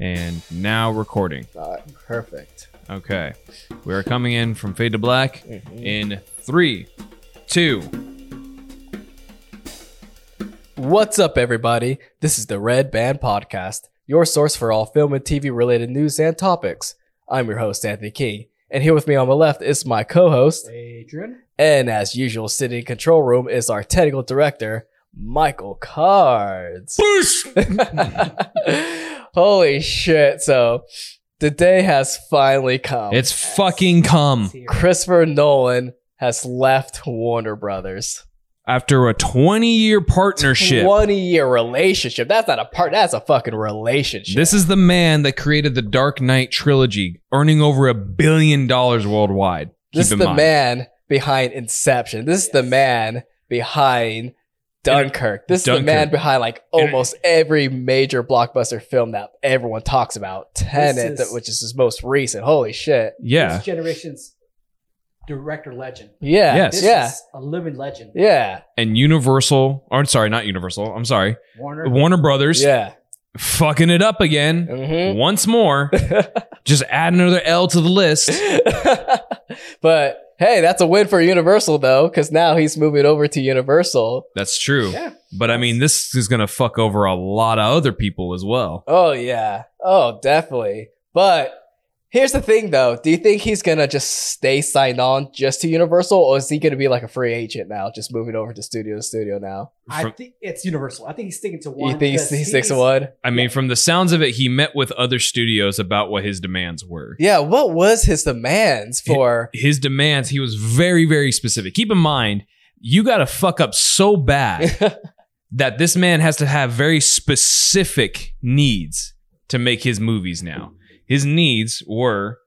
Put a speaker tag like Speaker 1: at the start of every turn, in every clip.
Speaker 1: And now recording.
Speaker 2: All right, perfect.
Speaker 1: Okay. We are coming in from fade to black
Speaker 2: Mm-hmm.
Speaker 1: in three, two.
Speaker 2: What's up, everybody? This is the Red Band Podcast, your source for all film and TV related news and topics. I'm your host, Anthony King, and here with me on my left is my co host,
Speaker 3: Adrian.
Speaker 2: and as usual, sitting in control room is our technical director, Michael Cards. Holy shit. So, the day has finally come.
Speaker 1: It's fucking come.
Speaker 2: Christopher Nolan has left Warner Brothers.
Speaker 1: After a 20 year partnership,
Speaker 2: 20 year relationship. That's not a part. That's a fucking relationship.
Speaker 1: this is the man that created the Dark Knight trilogy, earning over a billion dollars worldwide. Keep
Speaker 2: This is
Speaker 1: in
Speaker 2: the
Speaker 1: mind.
Speaker 2: man behind Inception. This is the man behind Dunkirk. This is the man
Speaker 1: Dunkirk.
Speaker 2: behind like
Speaker 1: And-
Speaker 2: almost every major blockbuster film that everyone talks about. Tenet,
Speaker 3: is-
Speaker 2: which is his most recent. Holy shit.
Speaker 1: Yeah.
Speaker 3: This generation's director legend.
Speaker 2: Yeah.
Speaker 1: Yes.
Speaker 3: This
Speaker 2: Yeah.
Speaker 3: is a living legend.
Speaker 2: Yeah.
Speaker 1: And Universal, or I'm sorry, not Universal. I'm sorry.
Speaker 3: Warner.
Speaker 1: Warner Brothers
Speaker 2: Yeah.
Speaker 1: fucking it up again.
Speaker 2: Mhm.
Speaker 1: Once more, just add another L to the list.
Speaker 2: but hey, that's a win for Universal though, because now he's moving over to Universal.
Speaker 1: That's true.
Speaker 3: Yeah.
Speaker 1: But I mean, this is going to fuck over a lot of other people as well.
Speaker 2: Oh yeah. Oh, definitely. But here's the thing though. Do you think he's gonna just stay signed on just to Universal or is he gonna be like a free agent now, just moving over to studio to studio now?
Speaker 3: I
Speaker 1: From-
Speaker 3: think it's universal. I think he's sticking to one.
Speaker 2: you think he's,
Speaker 3: because
Speaker 2: he sticks to
Speaker 3: he's-
Speaker 2: one?
Speaker 1: I mean, from the sounds of it, he met with other studios about what his demands were.
Speaker 2: Yeah, what was his demands for
Speaker 1: His demands, he was very, very specific. Keep in mind, you got to fuck up so bad that this man has to have very specific needs to make his movies now. His needs were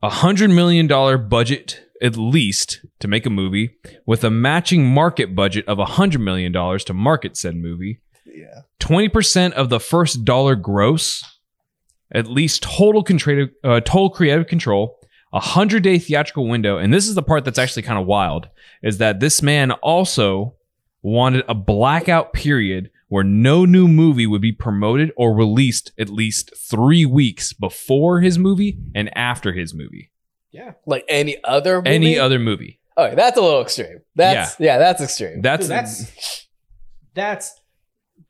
Speaker 1: a hundred million dollar budget at least to make a movie with a matching market budget of a hundred million dollars to market said movie.
Speaker 2: Yeah.
Speaker 1: 20% of the first dollar gross, at least total, contra- uh, total creative control, a 100 day theatrical window. And this is the part that's actually kind of wild is that this man also wanted a blackout period where no new movie would be promoted or released at least three weeks before his movie and after his movie.
Speaker 2: like any other movie?
Speaker 1: Any other movie.
Speaker 2: Okay, that's a little extreme. That's yeah, that's extreme.
Speaker 1: That's,
Speaker 3: Dude, that's that's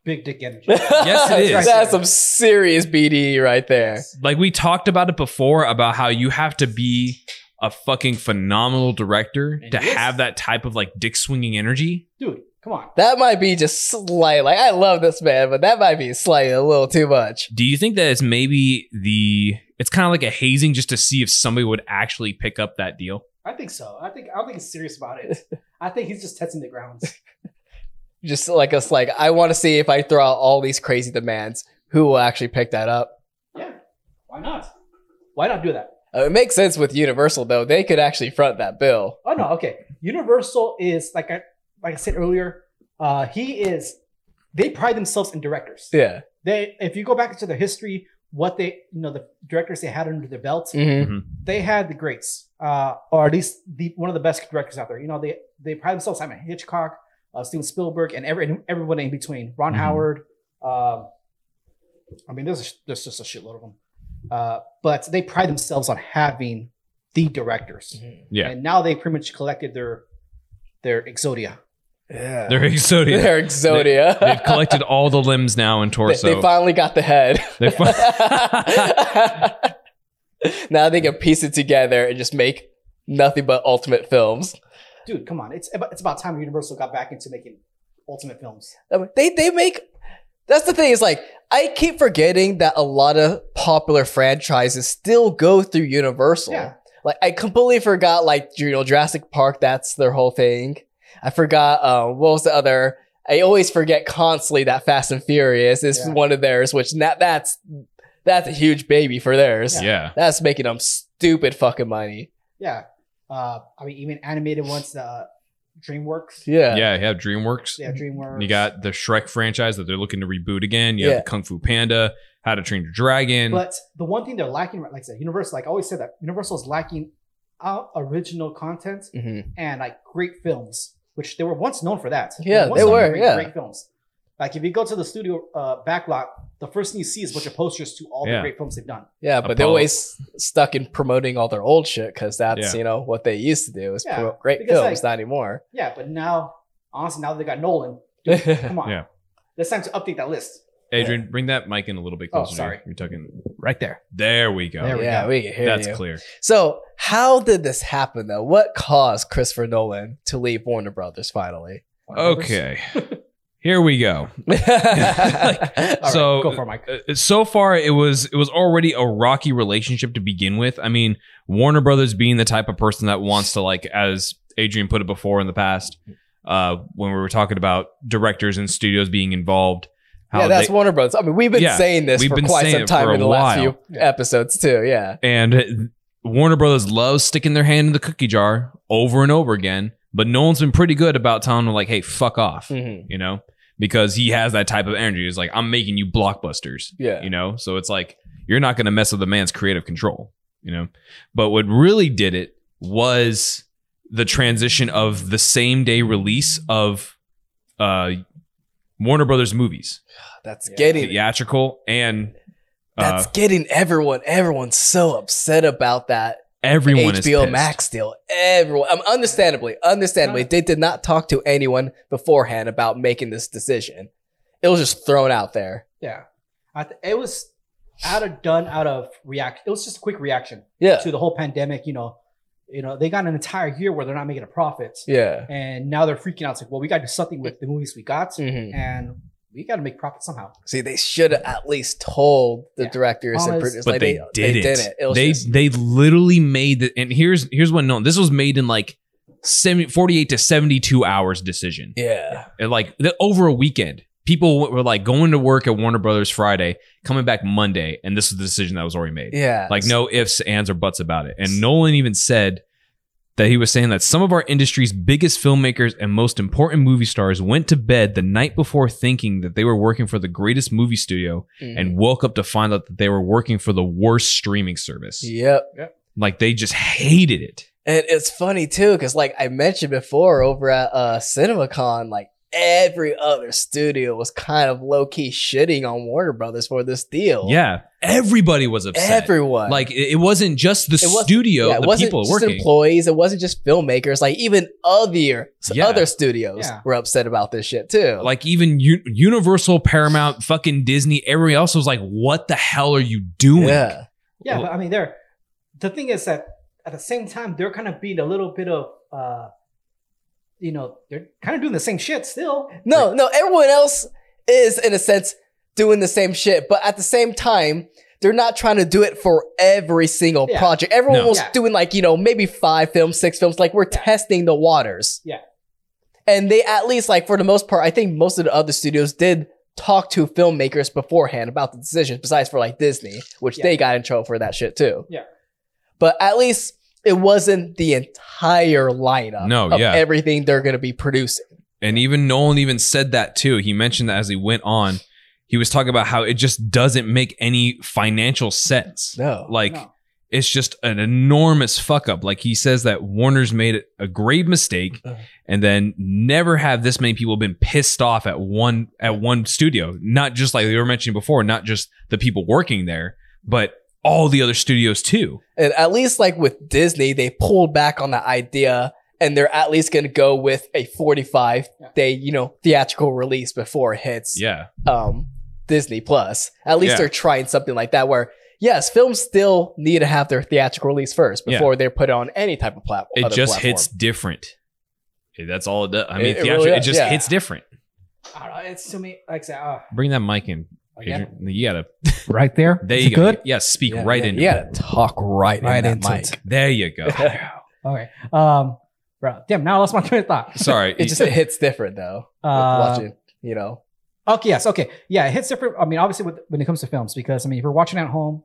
Speaker 3: big dick energy.
Speaker 1: Yes, it is.
Speaker 2: That's some serious BDE right there.
Speaker 1: like we talked about it before about how you have to be a fucking phenomenal director
Speaker 3: And
Speaker 1: to
Speaker 3: yes.
Speaker 1: have that type of like dick swinging energy.
Speaker 3: Dude, come on.
Speaker 2: That might be just slight. Like I love this man, but that might be slightly a little too much.
Speaker 1: Do you think that it's maybe the it's kind of like a hazing just to see if somebody would actually pick up that deal?
Speaker 3: I think so. I think I don't think he's serious about it. I think he's just testing the grounds.
Speaker 2: Just like us, like I want to see if I throw out all these crazy demands, who will actually pick that up?
Speaker 3: Yeah. Why not? Why not do that?
Speaker 2: Uh, it makes sense with Universal though; they could actually front that bill.
Speaker 3: Oh no, okay. Universal is like I like I said earlier, uh he is they pride themselves in directors.
Speaker 2: Yeah,
Speaker 3: They if you go back into the history, what they you know, the directors they had under their belt,
Speaker 2: hmm
Speaker 1: Mm-hmm.
Speaker 3: they had the greats, uh, or at least the one of the best directors out there. You know, they they pride themselves on Hitchcock, uh, Steven Spielberg, and every and everyone in between. Ron
Speaker 1: Mhm.
Speaker 3: Howard. Um, I mean, there's a, sh- there's just a shitload of them, uh, but they pride themselves on having the directors.
Speaker 2: Mm-hmm.
Speaker 1: Yeah.
Speaker 3: and now they pretty much collected their their Exodia.
Speaker 2: yeah.
Speaker 1: They're exodia.
Speaker 2: They're Exodia.
Speaker 1: They've collected all the limbs now and
Speaker 2: They-
Speaker 1: torso.
Speaker 2: they finally got the head.
Speaker 1: They fi-
Speaker 2: now they can piece it together and just make nothing but ultimate films.
Speaker 3: Dude, come on, it's about, it's about time Universal got back into making ultimate films.
Speaker 2: I mean, they they make that's the thing is like I keep forgetting that a lot of popular franchises still go through Universal.
Speaker 3: Yeah.
Speaker 2: Like I completely forgot like you know Jurassic Park that's their whole thing. I forgot uh, what was the other I always forget constantly that Fast and Furious is
Speaker 3: Yeah.
Speaker 2: one of theirs which na- that's that's a huge baby for theirs.
Speaker 1: yeah.
Speaker 2: That's making them stupid fucking money.
Speaker 3: Yeah, uh, I mean, even animated ones, uh, DreamWorks.
Speaker 2: Yeah.
Speaker 1: yeah. you have DreamWorks.
Speaker 3: Yeah, DreamWorks.
Speaker 1: You got the Shrek franchise that they're looking to reboot again. You have
Speaker 2: Yeah.
Speaker 1: the Kung Fu Panda, How to Train Your Dragon.
Speaker 3: But the one thing they're lacking, right, like I said, Universal, like I always said that Universal is lacking uh, original content
Speaker 2: hmm
Speaker 3: and like great films, which they were once known for that.
Speaker 2: Yeah,
Speaker 3: once
Speaker 2: they
Speaker 3: known for
Speaker 2: were, yeah.
Speaker 3: great films. Like if you go to the studio uh, backlot, the first thing you see is a bunch of posters to all
Speaker 1: Yeah.
Speaker 3: the great films they've done.
Speaker 2: Yeah, but they're
Speaker 1: Apollo.
Speaker 2: always stuck in promoting all their old shit because that's
Speaker 1: Yeah.
Speaker 2: you know what they used to do is
Speaker 3: Yeah,
Speaker 2: promote great
Speaker 3: because,
Speaker 2: films,
Speaker 3: like-
Speaker 2: not anymore.
Speaker 3: Yeah, but now honestly, now that they got Nolan,
Speaker 2: yeah,
Speaker 3: come on,
Speaker 1: Yeah.
Speaker 3: it's time to update that list.
Speaker 1: Adrian, bring that mic in a little bit
Speaker 3: Oh,
Speaker 1: closer. to you.
Speaker 3: sorry.
Speaker 1: You're talking.
Speaker 3: Right there.
Speaker 1: There we go.
Speaker 3: There we go.
Speaker 2: we can hear
Speaker 1: That's
Speaker 2: you.
Speaker 1: clear.
Speaker 2: So how did this happen though? What caused Christopher Nolan to leave Warner Brothers finally?
Speaker 1: Okay. Here we go.
Speaker 3: so
Speaker 1: So-
Speaker 3: go for it, Mike.
Speaker 1: Uh, So far, it was it was already a rocky relationship to begin with. I mean, Warner Brothers being the type of person that wants to like, as Adrian put it before in the past, uh, when we were talking about directors and studios being involved.
Speaker 2: yeah, that's
Speaker 1: they-
Speaker 2: Warner Brothers. I mean, we've been
Speaker 1: Yeah,
Speaker 2: saying this
Speaker 1: we've
Speaker 2: for
Speaker 1: been
Speaker 2: quite
Speaker 1: saying
Speaker 2: some
Speaker 1: it
Speaker 2: time
Speaker 1: for a
Speaker 2: in the last few
Speaker 1: while.
Speaker 2: episodes too. Yeah,
Speaker 1: And Warner Brothers loves sticking their hand in the cookie jar over and over again, but Nolan's been pretty good about telling them like, "Hey, fuck
Speaker 3: Hmm.
Speaker 1: off,"
Speaker 2: Mhm.
Speaker 1: you know, because he has that type of energy. It's like I'm making you blockbusters,
Speaker 2: yeah.
Speaker 1: you know. So it's like you're not going to mess with the man's creative control, you know. But what really did it was the transition of the same day release of uh, Warner Brothers movies,
Speaker 2: Oh, That's
Speaker 3: Yeah.
Speaker 2: getting
Speaker 1: theatrical and. Uh,
Speaker 2: that's getting everyone. Everyone's so upset about that
Speaker 1: everyone is
Speaker 2: HBO
Speaker 1: pissed.
Speaker 2: Max deal. Everyone, um, understandably, understandably, they did not talk to anyone beforehand about making this decision. It was just thrown out there.
Speaker 3: Yeah, I th- it was out of done out of react. It was just a quick reaction
Speaker 2: Yeah,
Speaker 3: to the whole pandemic. You know, you know they got an entire year where they're not making a profit,
Speaker 2: yeah.
Speaker 3: and now they're freaking out. It's like, well, we got to do something with the movies we got,
Speaker 1: Mm-hmm.
Speaker 2: Mhm.
Speaker 3: and we got to make profit somehow.
Speaker 2: See, they should have at least told the
Speaker 3: Yeah.
Speaker 2: directors and
Speaker 3: Honest-
Speaker 2: producers,
Speaker 1: but
Speaker 2: like,
Speaker 1: they, didn't.
Speaker 2: They didn't. It was
Speaker 1: they
Speaker 2: just-
Speaker 1: they literally made the and here's here's what known. This was made in like 70, 48 to seventy two hours decision.
Speaker 2: yeah,
Speaker 1: And, like the, over a weekend, people w- were like going to work at Warner Brothers Friday, coming back Monday, and this was the decision that was already made.
Speaker 2: yeah.
Speaker 1: Like no ifs, ands, or buts about it. And Nolan even said that he was saying that some of our industry's biggest filmmakers and most important movie stars went to bed the night before thinking that they were working for the greatest movie studio
Speaker 3: Mm-hmm.
Speaker 2: Mhm.
Speaker 1: and woke up to find out that they were working for the worst streaming service.
Speaker 2: yep.
Speaker 1: Like they just hated it.
Speaker 2: And it's funny too, because like I mentioned before, over at uh, CinemaCon, like every other studio was kind of low key shitting on Warner Brothers for this deal.
Speaker 1: Yeah, everybody was upset.
Speaker 2: everyone.
Speaker 1: like it it wasn't just the
Speaker 2: It wasn't-
Speaker 1: studio,
Speaker 2: yeah, it
Speaker 1: the
Speaker 2: wasn't
Speaker 1: people
Speaker 2: just
Speaker 1: working.
Speaker 2: employees. It wasn't just filmmakers. Like even other
Speaker 1: Yeah.
Speaker 2: other studios
Speaker 3: Yeah.
Speaker 2: were upset about this shit too.
Speaker 1: like even U- Universal, Paramount, fucking Disney, everybody else was like, "What the hell are you doing?"
Speaker 2: yeah,
Speaker 3: Yeah,
Speaker 1: Well-
Speaker 3: but I mean, they're the thing is that at the same time they're kind of being a little bit of, uh, you know, they're kind of doing the same shit still.
Speaker 2: no, no. Everyone else is in a sense doing the same shit, but at the same time. They're not trying to do it for every single
Speaker 3: Yeah.
Speaker 2: project. Everyone
Speaker 1: No.
Speaker 2: was
Speaker 3: Yeah.
Speaker 2: doing like, you know, maybe five films, six films. Like we're
Speaker 3: Yeah.
Speaker 2: testing the waters.
Speaker 3: Yeah.
Speaker 2: And they at least like for the most part, I think most of the other studios did talk to filmmakers beforehand about the decisions, besides for like Disney, which
Speaker 3: Yeah.
Speaker 2: they got in trouble for that shit too.
Speaker 3: Yeah.
Speaker 2: But at least it wasn't the entire lineup
Speaker 1: No,
Speaker 2: of
Speaker 1: yeah.
Speaker 2: everything they're gonna be producing.
Speaker 1: And even Nolan even said that too. He mentioned that as he went on, he was talking about how it just doesn't make any financial sense.
Speaker 2: No.
Speaker 1: Like
Speaker 3: No.
Speaker 1: it's just an enormous fuck up. Like he says that Warner's made a grave mistake,
Speaker 2: Uh-huh.
Speaker 1: and then never have this many people been pissed off at one at one studio. Not just like they were mentioning before, not just the people working there, but all the other studios too.
Speaker 2: And at least like with Disney, they pulled back on the idea and they're at least gonna go with a 45
Speaker 3: Yeah.
Speaker 2: day, you know, theatrical release before it hits
Speaker 1: Yeah,
Speaker 2: um Disney Plus. At least
Speaker 1: Yeah.
Speaker 2: they're trying something like that where yes, films still need to have their theatrical release first
Speaker 1: Yeah.
Speaker 2: before they're put on any type of plat-
Speaker 1: it
Speaker 2: other
Speaker 1: just
Speaker 2: platform.
Speaker 1: hits different. That's all it does. I
Speaker 2: It-
Speaker 1: mean,
Speaker 2: it
Speaker 1: theatri-
Speaker 2: really
Speaker 1: it
Speaker 2: does,
Speaker 1: just
Speaker 2: yeah.
Speaker 1: hits different.
Speaker 3: I don't know, it's to me like I said, uh,
Speaker 1: Bring that mic in.
Speaker 3: again,
Speaker 1: Adrian. You gotta.
Speaker 4: right there.
Speaker 1: There
Speaker 4: Is
Speaker 1: you
Speaker 4: it
Speaker 1: go.
Speaker 4: good?
Speaker 1: Yeah, speak
Speaker 2: Yeah,
Speaker 1: right
Speaker 2: yeah,
Speaker 1: in.
Speaker 2: You gotta talk right,
Speaker 4: Right
Speaker 2: in that
Speaker 4: into
Speaker 2: mic.
Speaker 4: it.
Speaker 1: There you go.
Speaker 3: Okay. Um, bro, damn, now I lost my train of thought.
Speaker 1: Sorry,
Speaker 2: It just it hits different though. with
Speaker 3: Uh,
Speaker 2: watching, you know.
Speaker 3: okay, yes, okay. Yeah, it hits different. I mean, obviously, with, when it comes to films, because I mean, if you're watching at home,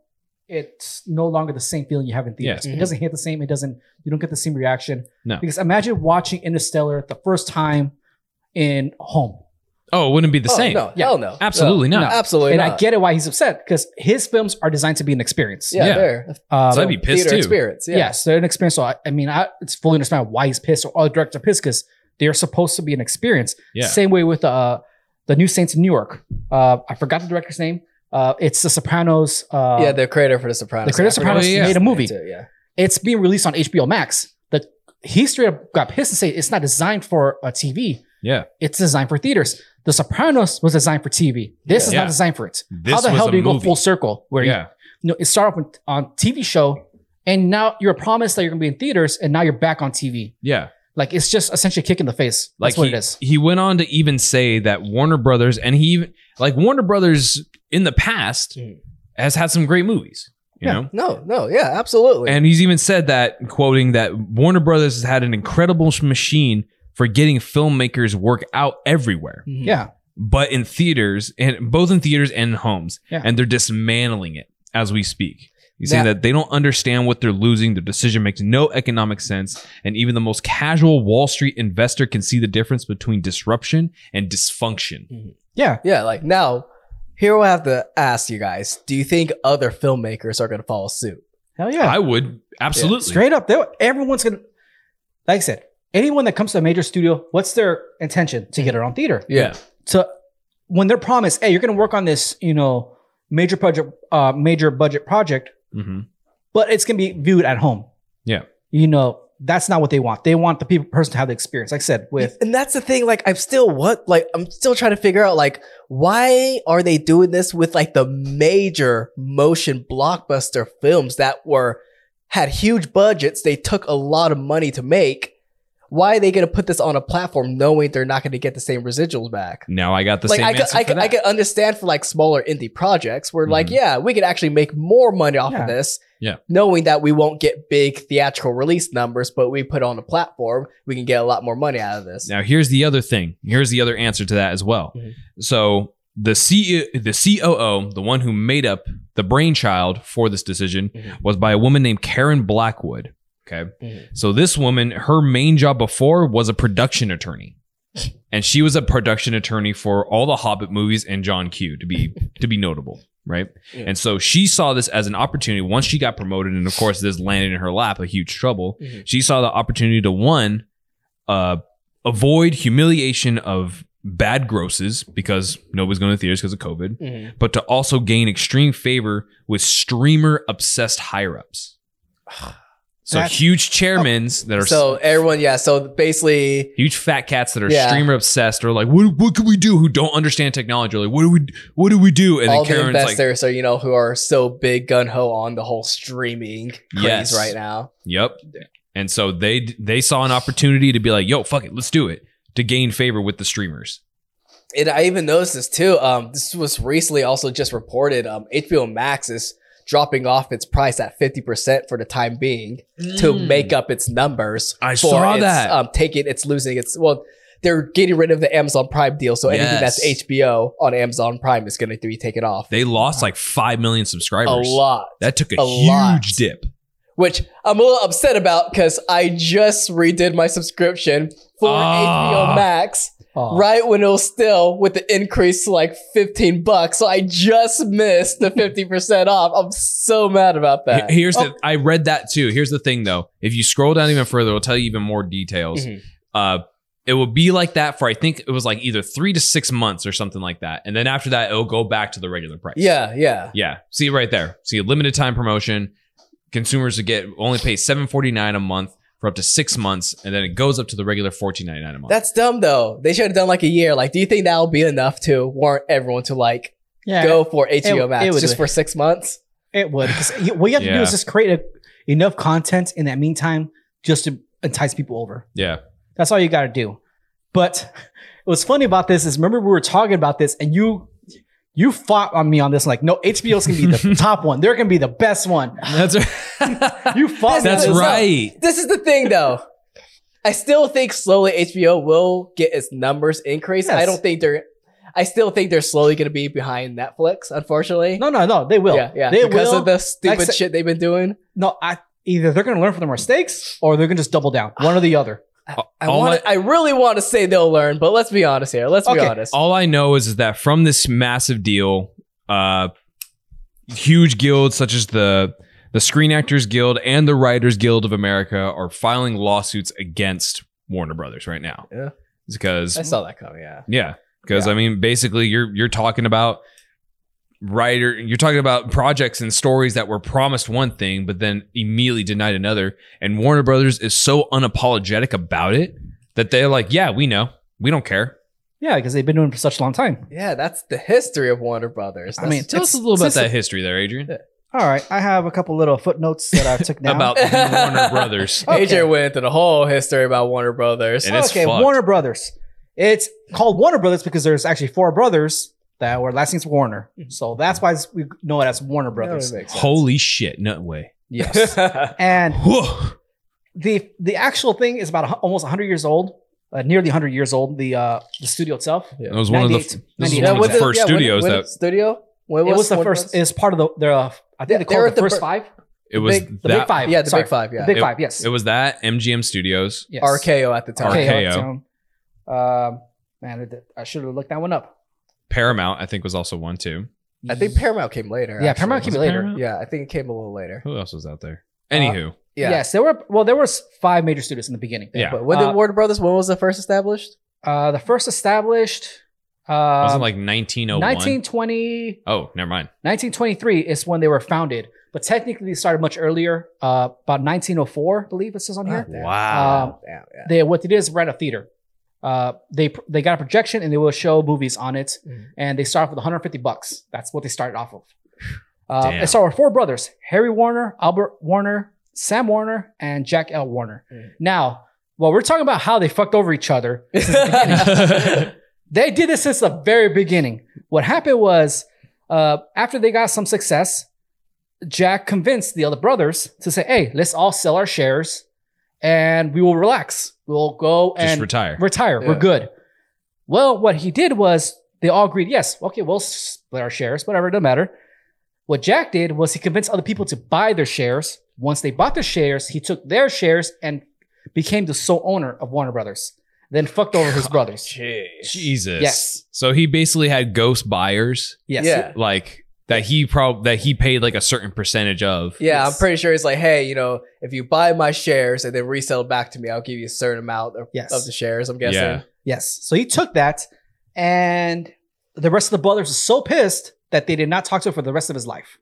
Speaker 3: it's no longer the same feeling you have in theaters.
Speaker 2: Yes.
Speaker 3: It doesn't hit the same. It doesn't, you don't get the same reaction.
Speaker 1: No.
Speaker 3: Because imagine watching Interstellar the first time in home.
Speaker 1: oh, it wouldn't be the
Speaker 2: Oh,
Speaker 1: same.
Speaker 2: No,
Speaker 3: Yeah.
Speaker 2: hell no.
Speaker 1: Absolutely
Speaker 2: No,
Speaker 1: not.
Speaker 2: Absolutely
Speaker 3: and
Speaker 2: not.
Speaker 3: I get it why he's upset because his films are designed to be an experience.
Speaker 2: yeah,
Speaker 1: yeah.
Speaker 2: they're a
Speaker 3: Um,
Speaker 1: So I'd be pissed
Speaker 2: theater
Speaker 1: too.
Speaker 2: experience. Yeah.
Speaker 3: Yes, they're an experience. So I, I mean, I, it's fully understand why he's pissed or all the directors are pissed because they're supposed to be an experience.
Speaker 1: Yeah.
Speaker 3: Same way with uh, The New Saints of New York. Uh, I forgot the director's name. Uh, it's The Sopranos. Uh,
Speaker 2: yeah, the creator for The Sopranos.
Speaker 3: The creator
Speaker 2: I forgot
Speaker 1: Sopranos
Speaker 2: his
Speaker 1: made a
Speaker 2: name
Speaker 3: movie.
Speaker 2: too, yeah.
Speaker 3: it's being released on HBO Max. The he straight up got pissed and say it's not designed for a TV.
Speaker 1: Yeah.
Speaker 3: it's designed for theaters. The Sopranos was designed for TV. This is
Speaker 1: Yeah.
Speaker 3: not designed for it.
Speaker 1: This
Speaker 3: How the
Speaker 1: was
Speaker 3: hell
Speaker 1: a
Speaker 3: do you go
Speaker 1: movie.
Speaker 3: full circle where you
Speaker 1: yeah.
Speaker 3: you know, it started off with- on TV show, and now you're promised that you're gonna be in theaters, and now you're back on TV.
Speaker 1: Yeah.
Speaker 3: Like it's just essentially a kick in the face.
Speaker 1: Like
Speaker 3: That's what
Speaker 1: he,
Speaker 3: it is.
Speaker 1: he went on to even say that Warner Brothers and he even like Warner Brothers in the past
Speaker 2: Mhm.
Speaker 1: has had some great movies, you
Speaker 3: Yeah.
Speaker 1: know.
Speaker 2: No, no, yeah, absolutely.
Speaker 1: And he's even said that quoting that Warner Brothers has had an incredible sh- machine for getting filmmakers work out everywhere,
Speaker 2: Mhm.
Speaker 3: Yeah,
Speaker 1: but in theaters and both in theaters and in homes,
Speaker 3: Yeah.
Speaker 1: and they're dismantling it as we speak. He's saying
Speaker 2: That-
Speaker 1: that they don't understand what they're losing. Their decision makes no economic sense. And even the most casual Wall Street investor can see the difference between disruption and dysfunction.
Speaker 3: yeah.
Speaker 2: Yeah, like now, here we'll have to ask you guys: Do you think other filmmakers are going to follow suit?
Speaker 3: Hell yeah.
Speaker 1: I would absolutely.
Speaker 3: Straight up, they everyone's gonna. Like I said, anyone that comes to a major studio, what's their intention to get it on theater?
Speaker 1: Yeah.
Speaker 3: So when they're promised, hey, you're going to work on this, you know, major project, uh, major budget project,
Speaker 1: hmm
Speaker 3: but it's going to be viewed at home.
Speaker 1: Yeah.
Speaker 3: You know, that's not what they want. They want the people, person to have the experience. Like I said, with
Speaker 2: and that's the thing. Like, I'm still what? Like, I'm still trying to figure out like why are they doing this with like the major motion blockbuster films that were had huge budgets? They took a lot of money to make. Why are they going to put this on a platform knowing they're not going to get the same residuals back?
Speaker 1: Now I got the
Speaker 2: like
Speaker 1: same
Speaker 2: I could,
Speaker 1: answer
Speaker 2: I,
Speaker 1: for
Speaker 2: could, I
Speaker 1: that.
Speaker 2: could understand for like smaller indie projects where like
Speaker 1: Mhm.
Speaker 2: yeah we could actually make more money off
Speaker 3: Yeah.
Speaker 2: of this
Speaker 1: Yeah.
Speaker 2: knowing that we won't get big theatrical release numbers but we put on a platform we can get a lot more money out of this
Speaker 1: now here's the other thing. Here's the other answer to that as well.
Speaker 2: Mhm.
Speaker 1: So the C the COO, the one who made up the brainchild for this decision,
Speaker 2: Mhm.
Speaker 1: was by a woman named Karen Blackwood. Okay.
Speaker 2: Mhm.
Speaker 1: So this woman, her main job before was a production attorney. And she was a production attorney for all the Hobbit movies and John Q to be to be notable, right?
Speaker 2: Yeah.
Speaker 1: And so she saw this as an opportunity once she got promoted, and of course this landed in her lap a huge trouble.
Speaker 2: Mhm.
Speaker 1: She saw the opportunity to one, uh, avoid humiliation of bad grosses because nobody's going to theaters because of COVID,
Speaker 2: Mm-hmm.
Speaker 1: but to also gain extreme favor with streamer obsessed higher ups. So
Speaker 3: That's-
Speaker 1: huge chairmans that are
Speaker 2: Oh, so everyone yeah so basically
Speaker 1: huge fat cats that are
Speaker 2: Yeah.
Speaker 1: streamer obsessed or like what what can we do who don't understand technology like what do we what do we do and
Speaker 2: all
Speaker 1: then
Speaker 2: the
Speaker 1: Karen's like
Speaker 2: investors are you know who are so big gun ho on the whole streaming craze
Speaker 1: Yes.
Speaker 2: right now
Speaker 1: Yep. And so they they saw an opportunity to be like, yo, fuck it, let's do it to gain favor with the streamers.
Speaker 2: and I even noticed this too. Um, this was recently also just reported. Um, HBO Max is dropping off its price at fifty percent for the time being to make up its numbers.
Speaker 1: Hmm. I
Speaker 2: for
Speaker 1: saw
Speaker 2: its,
Speaker 1: that.
Speaker 2: Um, taking it's losing its well. They're getting rid of the Amazon Prime deal, so anything that's
Speaker 1: Yes.
Speaker 2: HBO on Amazon Prime is going to be taken off.
Speaker 1: They lost like five million
Speaker 2: a
Speaker 1: subscribers.
Speaker 2: lot,
Speaker 1: That took a,
Speaker 2: A
Speaker 1: huge
Speaker 2: lot.
Speaker 1: dip.
Speaker 2: which I'm a little upset about because I just redid my subscription for
Speaker 1: Ah.
Speaker 2: HBO Max
Speaker 3: oh,
Speaker 2: right when it was still with the increase to like 15 bucks. So I just missed the 50% off. I'm so mad about
Speaker 1: H-
Speaker 2: that.
Speaker 1: Here's
Speaker 3: Oh.
Speaker 1: the I read that too. Here's the thing though. If you scroll down even further, it'll tell you even more details.
Speaker 2: Mhm.
Speaker 1: Uh it will be like that for I think it was like either three to six months or something like that. And then after that, it'll go back to the regular price.
Speaker 2: Yeah, yeah.
Speaker 1: Yeah. See it right there. See a limited time promotion. Consumers to get only pay seven forty nine a month for up to six months, and then it goes up to the regular fourteen ninety nine a month.
Speaker 2: That's dumb though. They should have done like a year. Like, do you think that'll be enough to warrant everyone to like
Speaker 3: Yeah,
Speaker 2: go for HBO
Speaker 3: Eh. it
Speaker 2: Max
Speaker 3: would
Speaker 2: just
Speaker 3: do.
Speaker 2: for six months?
Speaker 3: it would. 'Cause you- what you have to do
Speaker 1: Yeah.
Speaker 3: is just create a, enough content in that meantime just to entice people over.
Speaker 1: yeah.
Speaker 3: That's all you got to do. But what's funny about this is remember we were talking about this and you you fought on me on this like no HBO's gonna be the top one. They're gonna be the best one.
Speaker 1: That's right.
Speaker 3: You fought.
Speaker 1: That's
Speaker 3: me.
Speaker 2: It's not-
Speaker 1: right.
Speaker 2: This is the thing though. I still think slowly HBO will get its numbers increased.
Speaker 3: Yes.
Speaker 2: I don't think they're. I still think they're slowly going to be behind Netflix. Unfortunately,
Speaker 3: No, no, no. They will.
Speaker 2: yeah, yeah,
Speaker 3: They
Speaker 2: because
Speaker 3: will.
Speaker 2: of the stupid
Speaker 3: Like,
Speaker 2: shit they've been doing.
Speaker 3: no, I either they're gonna learn from their mistakes or they're gonna just double down. One or the other.
Speaker 2: I
Speaker 1: All
Speaker 2: want. I really want to say they'll learn, but let's be honest here. Let's be
Speaker 3: Okay.
Speaker 2: honest.
Speaker 1: All I know is, is that from this massive deal, uh, huge guilds such as the the Screen Actors Guild and the Writers Guild of America are filing lawsuits against Warner Brothers right now.
Speaker 2: Yeah.
Speaker 1: It's because
Speaker 2: I saw that coming. Yeah.
Speaker 1: yeah, because I mean, basically, you're you're talking about writer, you're talking about projects and stories that were promised one thing, but then immediately denied another. And Warner Brothers is so unapologetic about it that they're like, yeah, we know, we don't care.
Speaker 3: Yeah, because they've been doing it for such a long time.
Speaker 2: Yeah, that's the history of Warner Brothers.
Speaker 3: I
Speaker 2: That's-
Speaker 3: mean,
Speaker 1: Tell
Speaker 3: It's-
Speaker 1: us a little about
Speaker 3: it's a-
Speaker 1: that history there, Adrian.
Speaker 3: All right, I have a couple little footnotes that I took down.
Speaker 1: About Oh, Warner Brothers.
Speaker 3: Okay.
Speaker 2: AJ went through the whole history about Warner Brothers.
Speaker 1: It is
Speaker 3: okay,
Speaker 1: fucked.
Speaker 3: Warner Brothers. It's called Warner Brothers because there's actually four brothers that were last names Warner,
Speaker 2: Mm-hmm.
Speaker 3: so that's why we know it as Warner Brothers.
Speaker 1: Holy shit, no way.
Speaker 3: Yes, and
Speaker 1: Whoa.
Speaker 3: the the actual thing is about a, hu- almost 100 years old, uh, nearly 100 years old. The uh, the studio itself.
Speaker 1: That was one of the f-
Speaker 3: 98.
Speaker 1: this is
Speaker 3: Yeah,
Speaker 1: one of
Speaker 3: what
Speaker 1: the first studios that
Speaker 2: studio. When
Speaker 3: It was, the first. It was part of the. Their, uh, I
Speaker 2: Yeah, they
Speaker 3: think they
Speaker 2: were
Speaker 3: called
Speaker 2: the
Speaker 3: it the first
Speaker 2: fir-
Speaker 3: five.
Speaker 1: it was
Speaker 3: big- the
Speaker 1: that,
Speaker 3: big five.
Speaker 2: yeah, the
Speaker 3: Sorry.
Speaker 2: big five.
Speaker 3: The
Speaker 2: Yeah,
Speaker 3: big
Speaker 1: It-
Speaker 3: five. Yes.
Speaker 1: It was that MGM Studios.
Speaker 3: yes.
Speaker 2: RKO at the time.
Speaker 1: Okay. RKO.
Speaker 3: Uptown. Um, man, I did- I should have looked that one up.
Speaker 1: Paramount, I think, was also one too.
Speaker 2: I think Paramount came later.
Speaker 3: yeah,
Speaker 2: actually.
Speaker 3: Paramount came
Speaker 1: Was it
Speaker 3: later.
Speaker 1: Paramount?
Speaker 2: Yeah, I think it came a little later.
Speaker 1: Who else was out there? Anywho,
Speaker 2: Yeah,
Speaker 3: Yes, there were. Well, there was five major studios in the beginning.
Speaker 1: yeah,
Speaker 2: But when
Speaker 3: Uh,
Speaker 2: did Warner Brothers? When was the first established?
Speaker 3: Uh, the first established.
Speaker 1: It
Speaker 3: Uh,
Speaker 1: wasn't like 1901.
Speaker 3: 1920,
Speaker 1: oh, never mind.
Speaker 3: 1923 is when they were founded, but technically they started much earlier, uh, about 1904, I believe it says on here.
Speaker 1: Ah,
Speaker 2: Yeah.
Speaker 1: Wow.
Speaker 3: Um,
Speaker 2: Yeah, yeah.
Speaker 3: they what they did is rent a theater. Uh, they they got a projection and they will show movies on it,
Speaker 2: Mhm.
Speaker 3: and they start off with 150 bucks. That's what they started off of. Uh,
Speaker 1: Damn.
Speaker 3: it started with four brothers: Harry Warner, Albert Warner, Sam Warner, and Jack L. Warner.
Speaker 2: Mhm.
Speaker 3: Now, while we're talking about how they fucked over each other, they did this since the very beginning. What happened was, uh, after they got some success, Jack convinced the other brothers to say, "Hey, let's all sell our shares, and we will relax. We'll go
Speaker 1: Just
Speaker 3: and
Speaker 1: retire.
Speaker 3: retire.
Speaker 2: Yeah.
Speaker 3: We're good." Well, what he did was they all agreed, "Yes, okay, we'll split our shares, whatever, it doesn't matter." What Jack did was he convinced other people to buy their shares. Once they bought their shares, he took their shares and became the sole owner of Warner Brothers. Then fucked over
Speaker 1: Oh,
Speaker 3: his brothers.
Speaker 1: Jesus.
Speaker 3: Yes.
Speaker 1: So he basically had ghost buyers,
Speaker 3: Yes.
Speaker 2: Yeah.
Speaker 1: like that he prob that he paid like a certain percentage of.
Speaker 2: Yeah, I'm
Speaker 3: Yes.
Speaker 2: pretty sure it's like, hey, you know, if you buy my shares and then resell it back to me, I'll give you a certain amount of,
Speaker 3: Yes.
Speaker 2: of the shares. I'm guessing.
Speaker 1: Yeah.
Speaker 3: Yes. So he took that, and the rest of the brothers were so pissed that they did not talk to him for the rest of his life.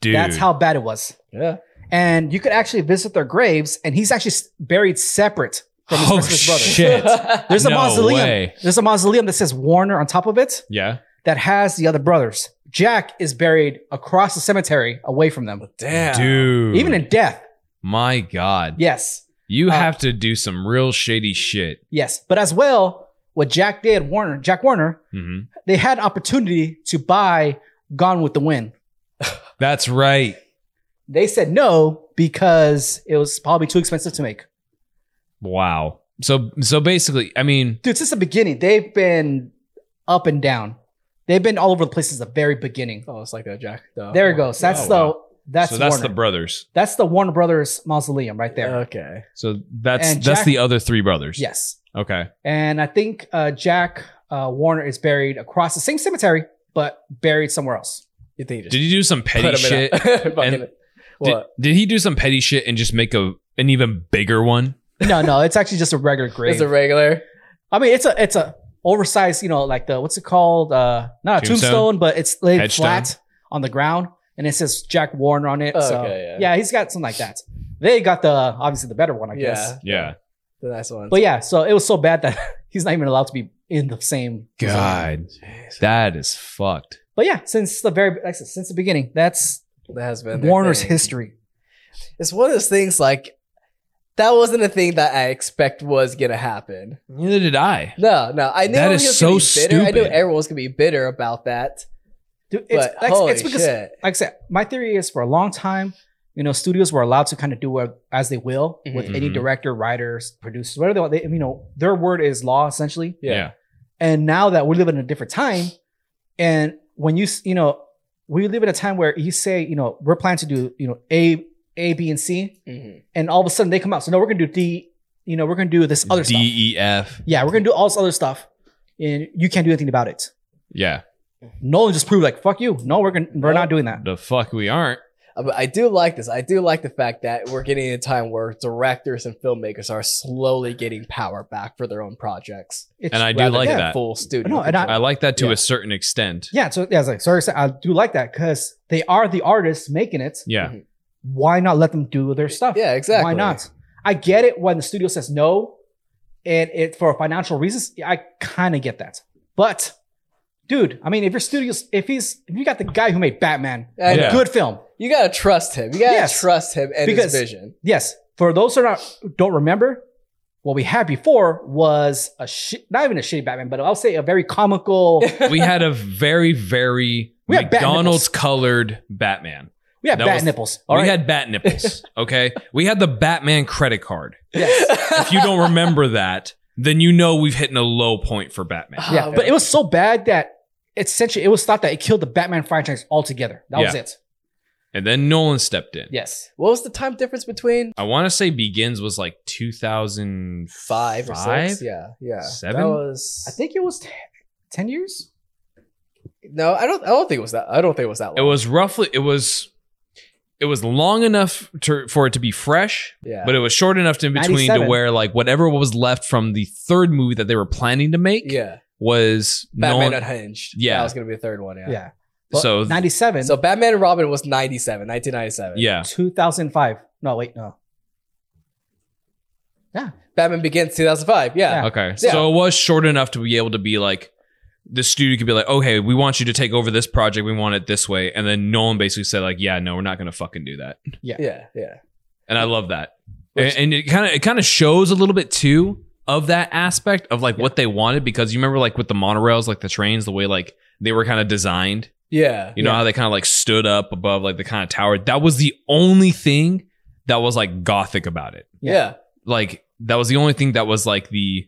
Speaker 1: Dude.
Speaker 3: That's how bad it was.
Speaker 2: Yeah.
Speaker 3: And you could actually visit their graves, and he's actually s- buried separate from his
Speaker 1: Oh,
Speaker 3: rest of his brothers.
Speaker 1: shit.
Speaker 3: There's a
Speaker 1: No
Speaker 3: mausoleum.
Speaker 1: way.
Speaker 3: There's a mausoleum that says Warner on top of it
Speaker 1: Yeah.
Speaker 3: that has the other brothers. Jack is buried across the cemetery, away from them,
Speaker 2: Damn.
Speaker 1: Dude.
Speaker 3: even in death.
Speaker 1: my God.
Speaker 3: Yes.
Speaker 1: You
Speaker 3: Uh,
Speaker 1: have to do some real shady shit.
Speaker 3: Yes. But as well, what Jack did, Warner, Jack Warner,
Speaker 1: hmm
Speaker 3: they had an opportunity to buy Gone with the Wind.
Speaker 1: That's right.
Speaker 3: They said no because it was probably too expensive to make.
Speaker 1: Wow. So so basically, I mean,
Speaker 3: Dude, since the beginning, they've been up and down. They've been all over the place since the very beginning.
Speaker 2: Oh, it's like that, Jack. The-
Speaker 3: there it goes. That's
Speaker 1: Oh,
Speaker 3: the
Speaker 1: wow.
Speaker 3: that's
Speaker 1: so that's
Speaker 3: Warner.
Speaker 1: the brothers.
Speaker 3: that's the Warner Brothers mausoleum right there.
Speaker 2: Okay.
Speaker 1: So that's
Speaker 3: And
Speaker 1: that's
Speaker 3: Jack-
Speaker 1: the other three brothers.
Speaker 3: yes,
Speaker 1: Okay.
Speaker 3: and I think uh, Jack uh, Warner is buried across the same cemetery, but buried somewhere else.
Speaker 2: You think you
Speaker 1: Did he do some petty
Speaker 2: just
Speaker 1: shit?
Speaker 2: put him in a bucket
Speaker 1: and-
Speaker 2: of-
Speaker 1: Did,
Speaker 2: What?
Speaker 1: did he do some petty shit and just make a an even bigger one?
Speaker 3: No, no, it's actually just a regular grave.
Speaker 2: It's a regular.
Speaker 3: I mean, it's a it's a oversized, you know, like the what's it called? Uh, not a
Speaker 1: Tombstone?
Speaker 3: tombstone, but it's laid
Speaker 1: Headstone?
Speaker 3: flat on the ground, and it says Jack Warner on it. so
Speaker 2: Okay,
Speaker 3: yeah.
Speaker 2: yeah.
Speaker 3: he's got something like that. They got the obviously the better one, I
Speaker 2: yeah.
Speaker 3: guess.
Speaker 1: Yeah.
Speaker 2: The nice one.
Speaker 3: But yeah, so it was so bad that he's not even allowed to be in the same.
Speaker 1: God,
Speaker 2: Jeez.
Speaker 1: that is fucked.
Speaker 3: But yeah, since the very like I said, since the beginning, that's
Speaker 2: that has been their
Speaker 3: Warner's
Speaker 2: thing.
Speaker 3: history.
Speaker 2: It's one of those things like that wasn't a thing that I expect was gonna happen.
Speaker 1: Neither did I.
Speaker 2: No, no. I knew
Speaker 1: That
Speaker 2: he
Speaker 1: is
Speaker 2: was gonna
Speaker 1: so
Speaker 2: be bitter. I knew
Speaker 1: stupid.
Speaker 2: everyone was gonna be bitter about that.
Speaker 3: Dude, it's,
Speaker 2: But
Speaker 3: like,
Speaker 2: holy
Speaker 3: it's because,
Speaker 2: shit.
Speaker 3: like I said, my theory is for a long time, you know, studios were allowed to kind of do what, as they will with
Speaker 2: Mhm.
Speaker 3: any
Speaker 1: Mhm.
Speaker 3: director, writers, producers, whatever they want. They, you know, their word is law essentially.
Speaker 1: Yeah.
Speaker 3: And now that we live in a different time, and when you s- you know we live in a time where you say you know we're planning to do you know A A B and C,
Speaker 2: Mhm.
Speaker 3: and all of a sudden they come out. So no, we're gonna do D. You know we're gonna do this other stuff.
Speaker 1: D E F.
Speaker 3: Yeah, we're gonna do all this other stuff, and you can't do anything about it.
Speaker 1: Yeah.
Speaker 3: Nolan just proved like fuck you. No, we're gonna we're
Speaker 2: Nope.
Speaker 3: not doing that.
Speaker 1: The fuck we aren't.
Speaker 2: Uh, But I do like this. I do like the fact that we're getting a time where directors and filmmakers are slowly getting power back for their own projects.
Speaker 3: It's
Speaker 1: And I do
Speaker 3: rather-
Speaker 1: like
Speaker 3: yeah,
Speaker 1: that.
Speaker 2: Full studio.
Speaker 3: No, and I-
Speaker 1: I like that to
Speaker 2: Yeah.
Speaker 1: a certain extent.
Speaker 3: Yeah, so yeah, I was like, sorry, I do like that because they are the artists making it.
Speaker 1: Yeah.
Speaker 3: Why not let them do their stuff?
Speaker 2: yeah, exactly.
Speaker 3: Why not? I get it when the studio says no, and it for financial reasons. I kind of get that, but dude, I mean, if your studio's if he's if you got the guy who made Batman,
Speaker 2: I
Speaker 1: Yeah.
Speaker 2: know.
Speaker 3: good film.
Speaker 2: You gotta trust him. You gotta
Speaker 3: Yes.
Speaker 2: trust him and
Speaker 3: Because-
Speaker 2: his vision.
Speaker 3: Yes, for those who are not don't remember, what we had before was a shi- not even a shitty Batman, but I'll say a very comical.
Speaker 1: we had a very, very
Speaker 3: We had bat nipples.
Speaker 1: McDonald's colored Batman.
Speaker 3: We had
Speaker 1: That
Speaker 3: bat
Speaker 1: was-
Speaker 3: nipples.
Speaker 1: we
Speaker 3: All right,
Speaker 1: had bat nipples. Okay. we had the Batman credit card.
Speaker 3: yes.
Speaker 1: If you don't remember that, then you know we've hit a low point for Batman.
Speaker 3: Yeah, Uh, but it was so bad that essentially it was thought that it killed the Batman franchise altogether. That was
Speaker 1: Yeah.
Speaker 3: it.
Speaker 1: And then Nolan stepped in.
Speaker 3: Yes.
Speaker 2: what was the time difference between
Speaker 1: I want to say Begins was like 2005.
Speaker 2: five or six? Yeah, yeah.
Speaker 1: Seven?
Speaker 2: That was.
Speaker 3: I think it was t- 10 years.
Speaker 2: no, I don't. I don't think it was that. I don't think it was that long.
Speaker 1: It was roughly, it was. It was long enough to, for it to be fresh,
Speaker 2: Yeah.
Speaker 1: but it was short enough to in between to
Speaker 3: 97.
Speaker 1: where like whatever was left from the third movie that they were planning to make
Speaker 2: yeah.
Speaker 1: was
Speaker 2: Batman
Speaker 1: Nolan-
Speaker 2: Unhinged.
Speaker 1: Yeah.
Speaker 2: that was gonna be the third one. Yeah.
Speaker 3: Yeah.
Speaker 1: So-
Speaker 3: so 97,
Speaker 2: So Batman and Robin was 97, 1997.
Speaker 1: yeah,
Speaker 3: 2005. No, wait, no.
Speaker 2: Batman Begins 2005. Yeah.
Speaker 3: Yeah.
Speaker 1: Okay.
Speaker 2: Yeah.
Speaker 1: So it was short enough to be able to be like, the studio could be like, okay, we want you to take over this project. We want it this way. And then Nolan basically said, like, yeah, no, we're not going to fucking do that.
Speaker 2: Yeah. Yeah.
Speaker 1: And I love that.
Speaker 2: Which-
Speaker 1: and, and it kind of it kind of shows a little bit too of that aspect of like what they wanted because you remember like with the monorails, like the trains, the way like they were kind of designed.
Speaker 2: Yeah.
Speaker 1: You know how they kind of like stood up above like the kind of tower. That was the only thing that was like gothic about it
Speaker 2: Yeah.
Speaker 1: like that was the only thing that was like the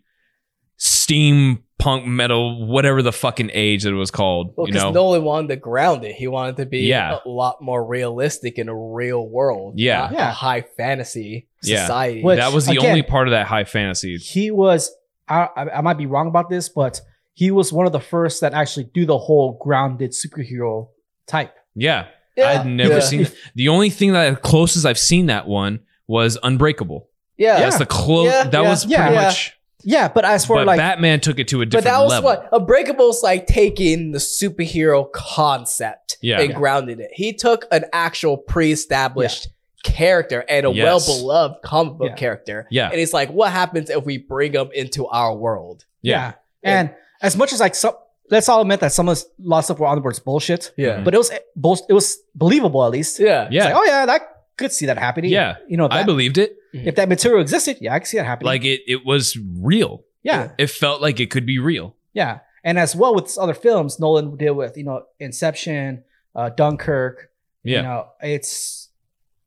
Speaker 1: steampunk metal, whatever the fucking age that it was called.
Speaker 2: Well,
Speaker 1: you
Speaker 2: because
Speaker 1: know,
Speaker 2: Nolan wanted to ground it. He wanted to be
Speaker 1: Yeah.
Speaker 2: a lot more realistic in a real world.
Speaker 1: Yeah.
Speaker 2: not
Speaker 3: Yeah.
Speaker 2: A high fantasy
Speaker 1: Yeah.
Speaker 2: society.
Speaker 3: Which-
Speaker 1: that was the
Speaker 3: again-
Speaker 1: only part of that high fantasy.
Speaker 3: He was, I, I, I might be wrong about this, but he was one of the first that actually do the whole grounded superhero type.
Speaker 1: Yeah,
Speaker 2: Yeah.
Speaker 1: I'd never
Speaker 2: Yeah.
Speaker 1: seen. That. The only thing that closest I've seen that one was Unbreakable.
Speaker 2: Yeah.
Speaker 1: That's the close.
Speaker 2: Yeah,
Speaker 1: that
Speaker 2: yeah,
Speaker 1: was
Speaker 3: yeah,
Speaker 1: pretty
Speaker 2: yeah.
Speaker 1: much.
Speaker 3: Yeah, but as for
Speaker 1: but
Speaker 3: like,
Speaker 1: Batman took it to a
Speaker 2: But
Speaker 1: different
Speaker 2: that was
Speaker 1: level.
Speaker 2: what Unbreakable's like taking the superhero concept
Speaker 1: Yeah.
Speaker 2: and
Speaker 3: Yeah.
Speaker 2: grounded it. He took an actual pre-established character and a
Speaker 1: Yes.
Speaker 2: well-beloved comic book
Speaker 3: Yeah.
Speaker 2: character.
Speaker 1: Yeah,
Speaker 2: And it's like, what happens if we bring them into our world?
Speaker 1: yeah,
Speaker 3: yeah. And as much as like, some, let's all admit that some of the lot of stuff were on the board's bullshit,
Speaker 2: Mm.
Speaker 1: Yeah.
Speaker 3: but it was, both, it was believable at least.
Speaker 2: Mm-hmm.
Speaker 1: yeah.
Speaker 2: Yeah. oh,
Speaker 3: It's like, oh yeah, that could see that happening.
Speaker 1: Yeah.
Speaker 3: You know, that,
Speaker 1: I believed it.
Speaker 3: if that material existed, yeah, I could see that happening.
Speaker 1: Like it, it was real.
Speaker 3: yeah,
Speaker 1: It felt like it could be real.
Speaker 3: yeah. And as well with other films, Nolan did with, you know, Inception, uh, Dunkirk.
Speaker 1: Yeah,
Speaker 3: You know, it's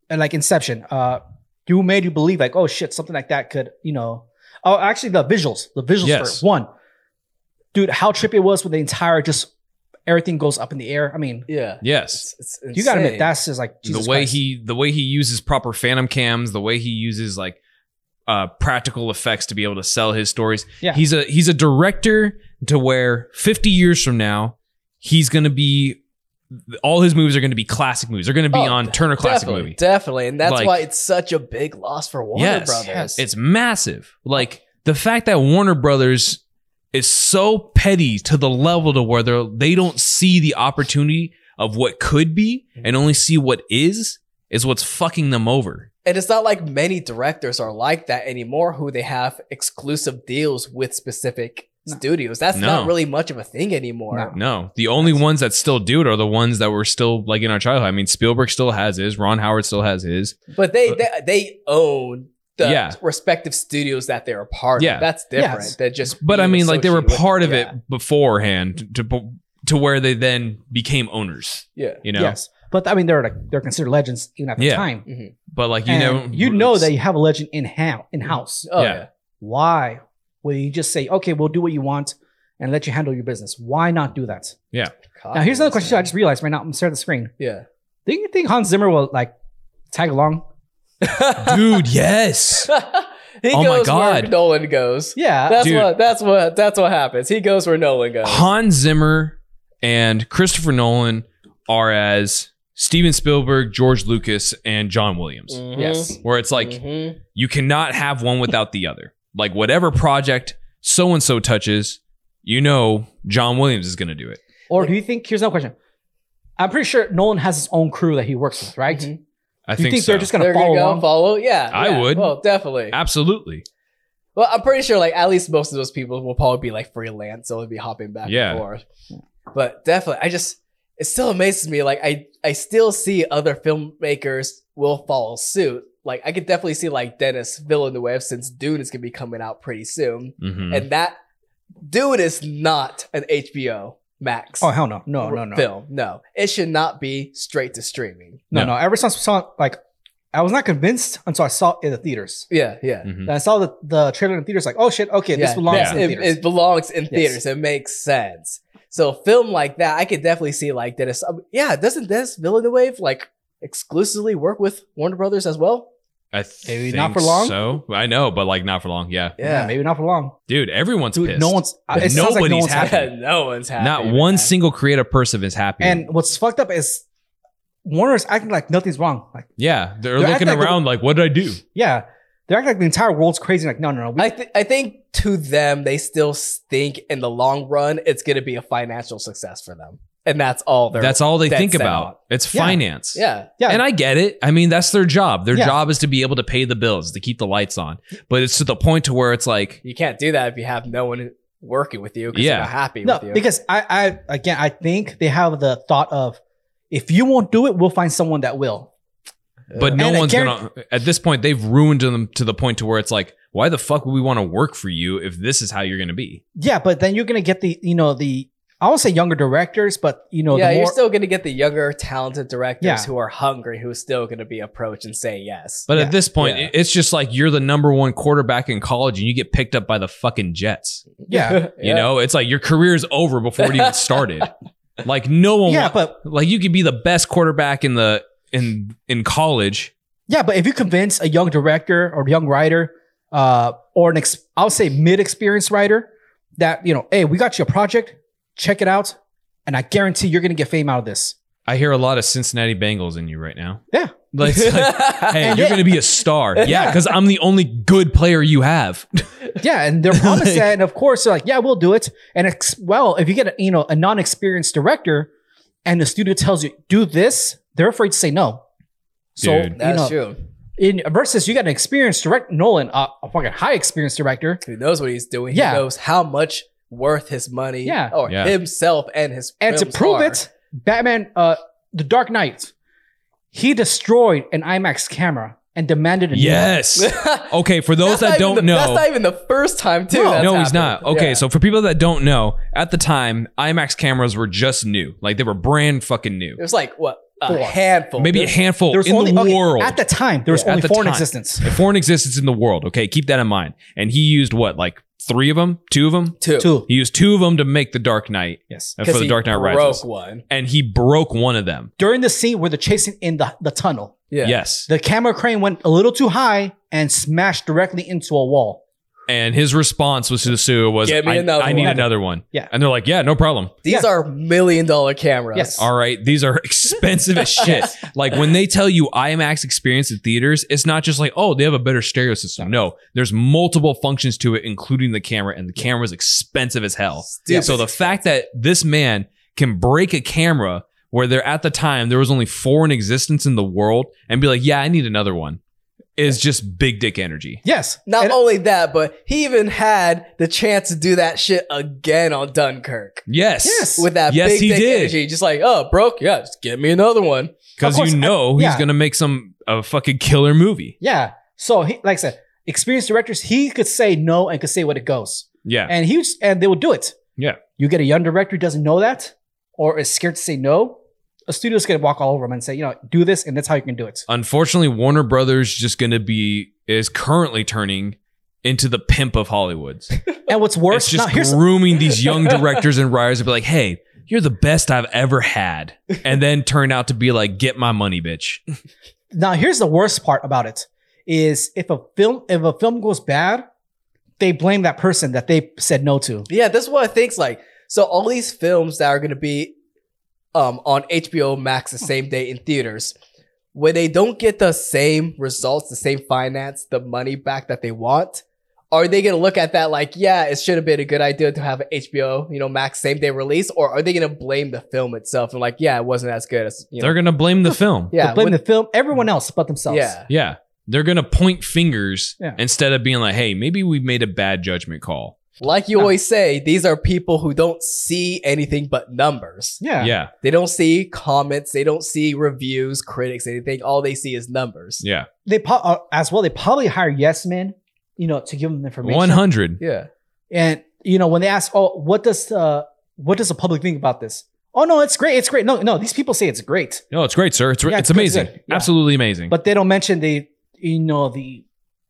Speaker 3: and like Inception. Uh you made you believe like, oh shit, something like that could, you know. Oh, actually the visuals, the visuals
Speaker 1: Yes.
Speaker 3: for it. one. Dude, how trippy it was with the entire just everything goes up in the air. I mean,
Speaker 2: Yeah.
Speaker 1: yes.
Speaker 2: It's, it's
Speaker 3: you gotta admit
Speaker 2: insane.
Speaker 3: that's just like Jesus
Speaker 1: the way
Speaker 3: Christ.
Speaker 1: he the way he uses proper phantom cams, the way he uses like uh, practical effects to be able to sell his stories.
Speaker 3: Yeah.
Speaker 1: He's a he's a director to where 50 years from now he's going to be all his movies are going to be classic movies. They're going to be
Speaker 2: Oh,
Speaker 1: on Turner Classic
Speaker 2: definitely,
Speaker 1: Movie.
Speaker 2: Definitely. And that's
Speaker 1: Like-
Speaker 2: why it's such a big loss for Warner
Speaker 1: Yes.
Speaker 2: Brothers.
Speaker 1: It's massive. Like the fact that Warner Brothers is so petty to the level to where they they don't see the opportunity of what could be and only see what is is what's fucking them over.
Speaker 2: and it's not like many directors are like that anymore who they have exclusive deals with specific
Speaker 3: No.
Speaker 2: studios. That's
Speaker 1: No.
Speaker 2: not really much of a thing anymore.
Speaker 3: No.
Speaker 1: No, the only ones that still do it are the ones that were still like in our childhood. I mean, Spielberg still has his, Ron Howard still has his.
Speaker 2: But they, they they own the
Speaker 1: Yeah.
Speaker 2: respective studios that they're a part
Speaker 1: Yeah.
Speaker 2: of. That's different.
Speaker 3: Yes.
Speaker 2: They're just
Speaker 1: But I
Speaker 2: being
Speaker 1: mean, like they were
Speaker 2: associated with
Speaker 1: part of
Speaker 2: Yeah.
Speaker 1: it beforehand to to where they then became owners.
Speaker 2: Yeah.
Speaker 1: You know,
Speaker 3: Yes. But I mean they're like they're considered legends even at the
Speaker 1: Yeah.
Speaker 3: time.
Speaker 1: but like you
Speaker 3: And
Speaker 1: know,
Speaker 3: you know that you have a legend in house in house.
Speaker 2: Oh,
Speaker 1: Yeah.
Speaker 2: yeah.
Speaker 3: Why will you just say, okay, we'll do what you want and let you handle your business? Why not do that?
Speaker 2: God,
Speaker 3: now here's another question too. I
Speaker 2: man.
Speaker 3: just realized right now. I'm staring at the screen.
Speaker 2: Yeah.
Speaker 3: Do you think Hans Zimmer will like tag along?
Speaker 1: dude. Yes,
Speaker 2: he
Speaker 1: Oh my
Speaker 2: goes where
Speaker 1: God.
Speaker 2: Nolan goes.
Speaker 3: Yeah.
Speaker 2: That's
Speaker 1: Dude.
Speaker 2: what that's what that's what happens. He goes where Nolan goes.
Speaker 1: Hans Zimmer and Christopher Nolan are as Steven Spielberg, George Lucas, and John Williams,
Speaker 2: Mm-hmm.
Speaker 3: Yes.
Speaker 1: where it's like
Speaker 2: Mhm.
Speaker 1: you cannot have one without the other. Like whatever project so and so touches, you know John Williams is going to do it.
Speaker 3: Or do you think? Here's another question. I'm pretty sure Nolan has his own crew that he works with, right?
Speaker 2: Mhm.
Speaker 1: Mm-hmm. I
Speaker 3: Do you
Speaker 1: think,
Speaker 3: think,
Speaker 1: so.
Speaker 3: they're just gonna
Speaker 2: They're
Speaker 3: follow
Speaker 2: gonna go
Speaker 3: along?
Speaker 2: follow. Yeah,
Speaker 1: I
Speaker 2: yeah.
Speaker 1: would.
Speaker 2: Well, definitely.
Speaker 1: Absolutely.
Speaker 2: Well, I'm pretty sure like at least most of those people will probably be like freelance, so they'll be hopping back
Speaker 1: Yeah.
Speaker 2: and forth. But definitely, I just it still amazes me. Like I I still see other filmmakers will follow suit. Like I could definitely see like Dennis Villeneuve since Dune is gonna be coming out pretty soon,
Speaker 3: Mm.
Speaker 1: hmm
Speaker 2: and that Dune is not an HBO Max.
Speaker 3: Oh hell no, no, no, no,
Speaker 2: Film, no, it should not be straight to streaming.
Speaker 3: no,
Speaker 1: No.
Speaker 3: no. Ever since I saw like, I was not convinced until I saw it in the theaters.
Speaker 2: Yeah, yeah,
Speaker 1: hmm
Speaker 3: And I saw the, the trailer in the theaters, like, oh shit, okay, this
Speaker 2: Yeah,
Speaker 3: belongs
Speaker 1: yeah.
Speaker 3: in the
Speaker 2: it,
Speaker 3: theaters.
Speaker 2: it belongs in theaters. It makes sense. So film like that, I could definitely see like Dennis. um, yeah, doesn't Dennis Villeneuve like exclusively work with Warner Brothers as well?
Speaker 1: I th-
Speaker 3: Maybe not
Speaker 1: think
Speaker 3: for long?
Speaker 1: So I know, but like not for long. Yeah,
Speaker 3: yeah. maybe not for long.
Speaker 1: dude, everyone's
Speaker 3: Dude,
Speaker 1: pissed.
Speaker 3: no one's. It sounds like no
Speaker 1: Nobody's
Speaker 3: one's happy.
Speaker 1: happy.
Speaker 2: no one's happy.
Speaker 1: not
Speaker 2: with
Speaker 1: one
Speaker 2: that.
Speaker 1: single creative person is happy.
Speaker 3: And what's fucked up is Warner's acting like nothing's wrong. Like,
Speaker 1: yeah, they're,
Speaker 3: They're
Speaker 1: looking
Speaker 3: acting like the-
Speaker 1: around like, what did I do?
Speaker 3: yeah, they're acting like the entire world's crazy. Like, no, no, no. We,
Speaker 2: I th- I think to them, they still think in the long run it's going to be a financial success for them, and that's all. They're,
Speaker 1: That's all they
Speaker 2: dead
Speaker 1: think
Speaker 2: set
Speaker 1: about.
Speaker 2: on.
Speaker 1: It's
Speaker 3: Yeah.
Speaker 1: finance.
Speaker 2: yeah.
Speaker 3: yeah,
Speaker 1: And I get it. I mean, that's their job. Their
Speaker 3: Yeah.
Speaker 1: job is to be able to pay the bills, to keep the lights on. But it's to the point to where it's like,
Speaker 2: You can't do that if you have no one working with you because
Speaker 1: Yeah.
Speaker 2: they're not happy
Speaker 3: no,
Speaker 2: with you.
Speaker 3: because I, I again, I think they have the thought of if you won't do it, we'll find someone that will.
Speaker 1: but no
Speaker 3: And I
Speaker 1: one's
Speaker 3: guarantee-
Speaker 1: gonna. At this point, they've ruined them to the point to where it's like, why the fuck would we want to work for you if this is how you're gonna be?
Speaker 3: Yeah, but then you're gonna get the you know the I won't say younger directors, but you know
Speaker 2: yeah,
Speaker 3: the
Speaker 2: you're
Speaker 3: more
Speaker 2: still going to get the younger, talented directors
Speaker 3: Yeah.
Speaker 2: who are hungry, who's still going to be approached and say yes.
Speaker 1: But
Speaker 3: Yeah.
Speaker 1: at this point,
Speaker 2: Yeah.
Speaker 1: it's just like you're the number one quarterback in college, and you get picked up by the fucking Jets.
Speaker 3: yeah
Speaker 1: You know, it's like your career's over before it even started. like no one,
Speaker 3: yeah,
Speaker 1: wa-
Speaker 3: but
Speaker 1: like you could be the best quarterback in the in in college.
Speaker 3: Yeah, but if you convince a young director or young writer, uh, or an ex- I'll say mid-experienced writer, that you know, hey, we got you a project, check it out, and I guarantee you're gonna get fame out of this.
Speaker 1: I hear a lot of Cincinnati Bengals in you right now.
Speaker 3: Yeah.
Speaker 1: Like, it's like, hey, you're going to be a star. Yeah, because I'm the only good player you have.
Speaker 3: Yeah, and they're promised
Speaker 1: Like-
Speaker 3: that, and of course they're like, yeah, we'll do it. And ex- well, if you get a you know a non-experienced director, and the studio tells you do this, they're afraid to say no. So
Speaker 1: Dude.
Speaker 3: you know,
Speaker 2: That's true.
Speaker 3: in versus you got an experienced director, Nolan, uh, a fucking high experienced director.
Speaker 2: He knows what he's doing.
Speaker 3: Yeah.
Speaker 2: He knows how much worth his money
Speaker 3: Yeah.
Speaker 2: or
Speaker 1: Yeah.
Speaker 2: himself and his
Speaker 3: And to
Speaker 2: films
Speaker 3: prove
Speaker 2: are.
Speaker 3: it, Batman, uh, The Dark Knight, he destroyed an IMAX camera and demanded a new one.
Speaker 1: Yes. Okay, for those
Speaker 2: That's not
Speaker 1: that
Speaker 2: even
Speaker 1: don't
Speaker 2: the-
Speaker 1: know.
Speaker 2: That's not even the first time, too.
Speaker 3: No.
Speaker 2: that's
Speaker 1: no, he's not.
Speaker 2: happened.
Speaker 1: Okay,
Speaker 2: Yeah.
Speaker 1: so for people that don't know, at the time, IMAX cameras were just new. Like they were brand fucking new.
Speaker 2: There's like, what, a
Speaker 3: Four.
Speaker 2: handful.
Speaker 1: Maybe a
Speaker 2: There's-
Speaker 1: handful
Speaker 3: There was
Speaker 1: in
Speaker 3: only,
Speaker 1: the
Speaker 3: okay,
Speaker 1: world.
Speaker 3: at the time there was
Speaker 1: Yeah, at
Speaker 3: only
Speaker 1: the
Speaker 3: four in
Speaker 1: time.
Speaker 3: existence.
Speaker 1: Foreign existence in the world. Okay, keep that in mind. And he used what, like three of them, two of them?
Speaker 2: Two.
Speaker 3: Two.
Speaker 1: He used two of them to make the Dark Knight
Speaker 3: Yes.
Speaker 1: uh, for the
Speaker 2: he
Speaker 1: Dark Knight
Speaker 2: broke
Speaker 1: Rises.
Speaker 2: one.
Speaker 1: And he broke one of them.
Speaker 3: During the scene where they're chasing in the, the tunnel,
Speaker 2: Yeah.
Speaker 1: Yes.
Speaker 3: the camera crane went a little too high and smashed directly into a wall.
Speaker 1: And his response was to the studio was,
Speaker 2: Get me
Speaker 1: I,
Speaker 2: another
Speaker 1: I need
Speaker 2: one."
Speaker 1: another one.
Speaker 3: Yeah.
Speaker 1: And they're like, yeah, no problem.
Speaker 2: These
Speaker 3: Yeah.
Speaker 2: are million dollar cameras.
Speaker 3: Yes.
Speaker 1: All right. These are expensive as shit.
Speaker 3: Yes.
Speaker 1: Like when they tell you IMAX experience at theaters, it's not just like, oh, they have a better stereo system. No, there's multiple functions to it, including the camera, and the camera's expensive as hell.
Speaker 2: Stupid.
Speaker 1: So the fact that this man can break a camera where there at the time there was only four in existence in the world and be like, yeah, I need another one is just big dick energy.
Speaker 3: Yes.
Speaker 2: Not
Speaker 3: And-
Speaker 2: only that, but he even had the chance to do that shit again on Dunkirk.
Speaker 1: Yes.
Speaker 3: Yes.
Speaker 2: With that
Speaker 1: Yes,
Speaker 2: big
Speaker 1: he
Speaker 2: dick
Speaker 1: did.
Speaker 2: energy, just like, oh, broke, yeah, just get me another one.
Speaker 1: Because
Speaker 3: Of course,
Speaker 1: you
Speaker 3: I-
Speaker 1: know he's
Speaker 3: yeah.
Speaker 1: gonna make some a fucking killer movie.
Speaker 3: yeah. So he, like I said, experienced directors, he could say no and could say what it goes.
Speaker 1: Yeah.
Speaker 3: And he was, and they will do it.
Speaker 1: Yeah.
Speaker 3: You get a young director who doesn't know that or is scared to say no, a studio's gonna walk all over him and say, you know, do this and that's how you can do it.
Speaker 1: Unfortunately, Warner Brothers just gonna be is currently turning into the pimp of Hollywood.
Speaker 3: And what's worse,
Speaker 1: It's just
Speaker 3: now, here's
Speaker 1: grooming these young directors and writers to be like, hey, you're the best I've ever had. And then turn out to be like, get my money, bitch.
Speaker 3: now here's the worst part about it is if a film if a film goes bad, they blame that person that they said no to.
Speaker 2: Yeah, that's what I think's like. So all these films that are going to be um, on HBO Max the same day in theaters. When they don't get the same results, the same finance, the money back that they want, are they going to look at that like, yeah, it should have been a good idea to have an HBO, you know, Max same day release, or are they going to blame the film itself and like, yeah, it wasn't as good as you know,
Speaker 1: They're gonna blame the film.
Speaker 3: Yeah,
Speaker 2: yeah,
Speaker 3: blame
Speaker 2: when-
Speaker 3: the film, everyone else but themselves.
Speaker 2: yeah,
Speaker 1: Yeah. They're going to point fingers
Speaker 3: Yeah.
Speaker 1: instead of being like, hey, maybe we made a bad judgment call.
Speaker 2: like you
Speaker 3: No.
Speaker 2: always say, these are people who don't see anything but numbers.
Speaker 3: yeah,
Speaker 1: Yeah.
Speaker 2: They don't see comments. They don't see reviews, critics, anything. All they see is numbers.
Speaker 1: Yeah.
Speaker 3: They po- uh, as well. They probably hire yes men, you know, to give them the information.
Speaker 1: 100.
Speaker 2: Yeah.
Speaker 3: And you know, when they ask, "Oh, what does uh, what does the public think about this?" Oh no, it's great. It's great. No, no, these people say it's great,
Speaker 1: No, it's great, sir. It's,
Speaker 3: Yeah,
Speaker 1: it's
Speaker 3: it's good,
Speaker 1: amazing.
Speaker 3: good. Yeah.
Speaker 1: Absolutely amazing.
Speaker 3: but they don't mention the you know the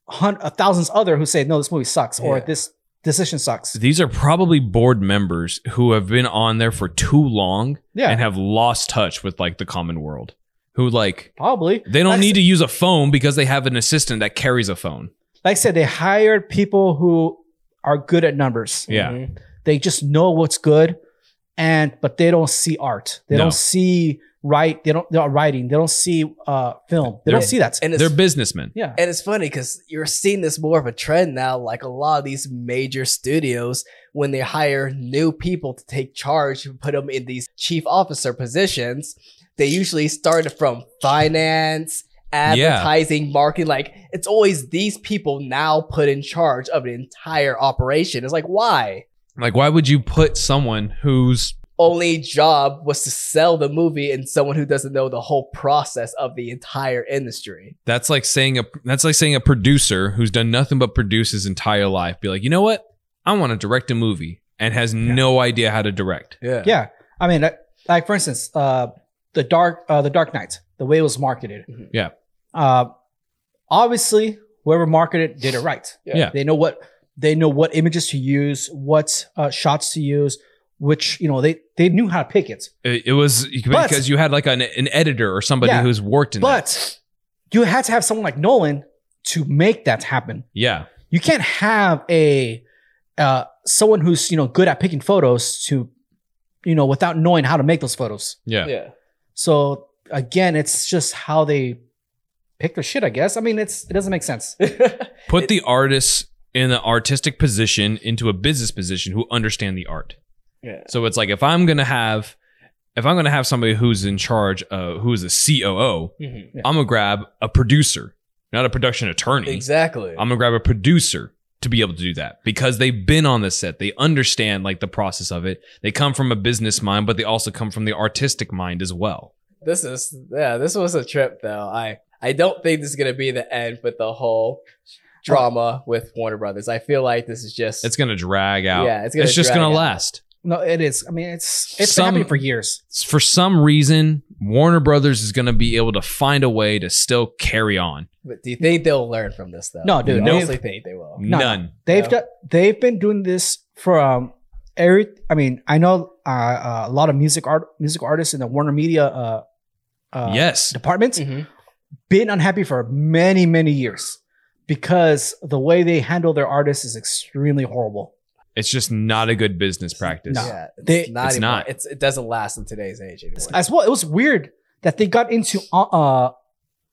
Speaker 3: hun- uh, thousands other who say, "No, this movie sucks," or
Speaker 2: Yeah.
Speaker 3: "This decision sucks."
Speaker 1: These are probably board members who have been on there for too long
Speaker 3: Yeah,
Speaker 1: and have lost touch with like the common world. Who like
Speaker 3: probably.
Speaker 1: they don't
Speaker 3: Like I
Speaker 1: need to use a phone because they have an assistant that carries a phone.
Speaker 3: Like I said, they hired people who are good at numbers.
Speaker 1: Yeah.
Speaker 2: Mhm.
Speaker 3: They just know what's good, and but they don't see art. They
Speaker 1: No.
Speaker 3: don't see write. They don't. They're not writing. They don't see uh, film. They
Speaker 1: They're-
Speaker 3: don't see that.
Speaker 2: And it's,
Speaker 1: They're businessmen.
Speaker 3: yeah.
Speaker 2: and it's funny because you're seeing this more of a trend now. Like a lot of these major studios, when they hire new people to take charge and put them in these chief officer positions, they usually start from finance, advertising, marketing. Like it's always these people now put in charge of an entire operation. It's like, why?
Speaker 1: Like why would you put someone who's
Speaker 2: only job was to sell the movie and someone who doesn't know the whole process of the entire industry.
Speaker 1: that's like saying a that's like saying a producer who's done nothing but produce his entire life be like, "You know what? I want to direct a movie." And has no idea how to direct.
Speaker 3: Yeah, I mean, like- like for instance, uh, the dark, uh, the Dark Knight, the way it was marketed.
Speaker 2: Mhm.
Speaker 1: Yeah.
Speaker 3: Uh, obviously, whoever marketed it did it right.
Speaker 2: Yeah.
Speaker 1: Yeah.
Speaker 3: They know what they know what images to use, what uh, shots to use, which you know they they knew how to pick it.
Speaker 1: It, it was
Speaker 3: But-
Speaker 1: because you had like an, an editor or somebody
Speaker 3: Yeah.
Speaker 1: who's worked in that.
Speaker 3: But you had to have someone like Nolan to make that happen.
Speaker 1: Yeah.
Speaker 3: You can't have a uh, someone who's you know good at picking photos to you know without knowing how to make those photos.
Speaker 1: Yeah.
Speaker 3: So again, it's just how they pick their shit, I guess. I mean, it's it doesn't make sense.
Speaker 1: Put
Speaker 2: It-
Speaker 1: the artists in an artistic position into a business position who understand the art.
Speaker 2: Yeah.
Speaker 1: So it's like if I'm gonna have if I'm gonna have somebody who's in charge uh who is a COO,
Speaker 2: Mhm.
Speaker 1: I'm gonna grab a producer, not a production
Speaker 2: Mm-hmm.
Speaker 1: attorney.
Speaker 2: Exactly.
Speaker 1: I'm gonna grab a producer to be able to do that because they've been on the set. They understand like the process of it. They come from a business mind, but they also come from the artistic mind as well.
Speaker 2: this is yeah, this was a trip though. I I don't think this is gonna be the end with the whole drama with Warner Brothers. I feel like this is just
Speaker 1: It's gonna drag out.
Speaker 2: Yeah, it's gonna
Speaker 1: it's just
Speaker 2: drag
Speaker 1: gonna
Speaker 2: out.
Speaker 1: last.
Speaker 3: No, it is. I mean, it's it's
Speaker 1: Some-
Speaker 3: been happening for years.
Speaker 1: For some reason, Warner Brothers is gonna be able to find a way to still carry on.
Speaker 2: but do you think they'll learn from this though?
Speaker 3: No, dude,
Speaker 2: I
Speaker 1: no.
Speaker 2: honestly think they will.
Speaker 3: No.
Speaker 1: None.
Speaker 3: They've
Speaker 2: Yeah.
Speaker 3: done, they've been doing this from every. I mean, I know uh, uh, a lot of music art music artists in the Warner Media uh, uh,
Speaker 1: yes.
Speaker 3: department
Speaker 2: Mhm.
Speaker 3: been unhappy for many many years because the way they handle their artists is extremely horrible.
Speaker 1: It's just not a good business practice.
Speaker 3: No.
Speaker 2: Yeah, it's
Speaker 3: They-
Speaker 2: not
Speaker 1: It's
Speaker 2: even-
Speaker 1: not.
Speaker 2: It's it doesn't last in today's age anymore.
Speaker 3: As well, it was weird that they got into uh, uh,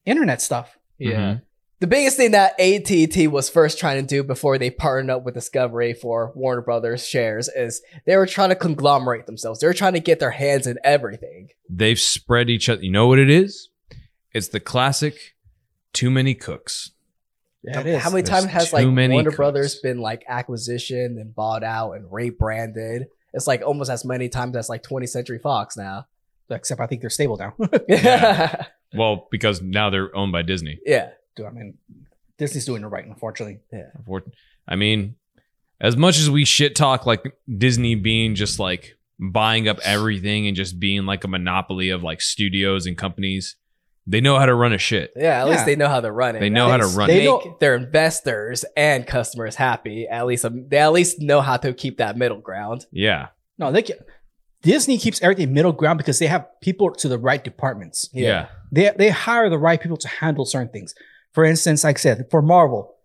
Speaker 3: internet stuff.
Speaker 2: yeah.
Speaker 1: Mhm.
Speaker 2: The biggest thing that AT&T was first trying to do before they partnered up with Discovery for Warner Brothers shares is they were trying to conglomerate themselves. They were trying to get their hands in everything.
Speaker 1: They've spread each other. You know what it is? It's the classic too many cooks.
Speaker 3: Yeah,
Speaker 2: How many
Speaker 1: There's
Speaker 2: times has
Speaker 1: too
Speaker 2: like
Speaker 1: many
Speaker 2: Warner
Speaker 1: cooks.
Speaker 2: Brothers been like acquisitioned and bought out and rebranded? It's like almost as many times as like 20th Century Fox now.
Speaker 3: except I think they're stable now.
Speaker 1: Yeah.
Speaker 2: yeah.
Speaker 1: Well, because now they're owned by Disney.
Speaker 3: Dude, I mean, Disney's doing it right, unfortunately.
Speaker 1: Unfor- I mean, as much as we shit talk like Disney being just like buying up everything and just being like a monopoly of like studios and companies, they know how to run a shit.
Speaker 2: Yeah, at
Speaker 3: Yeah.
Speaker 2: least they know how to run it.
Speaker 1: They know
Speaker 2: At
Speaker 1: how to
Speaker 2: least
Speaker 1: run
Speaker 3: it.
Speaker 2: They
Speaker 3: They know-
Speaker 2: make their investors and customers happy. At least um, they at least know how to keep that middle ground.
Speaker 1: Yeah.
Speaker 3: No, they ca- Disney keeps everything middle ground because they have people to the right departments.
Speaker 1: Yeah.
Speaker 3: They they hire the right people to handle certain things. For instance, like I said, for Marvel,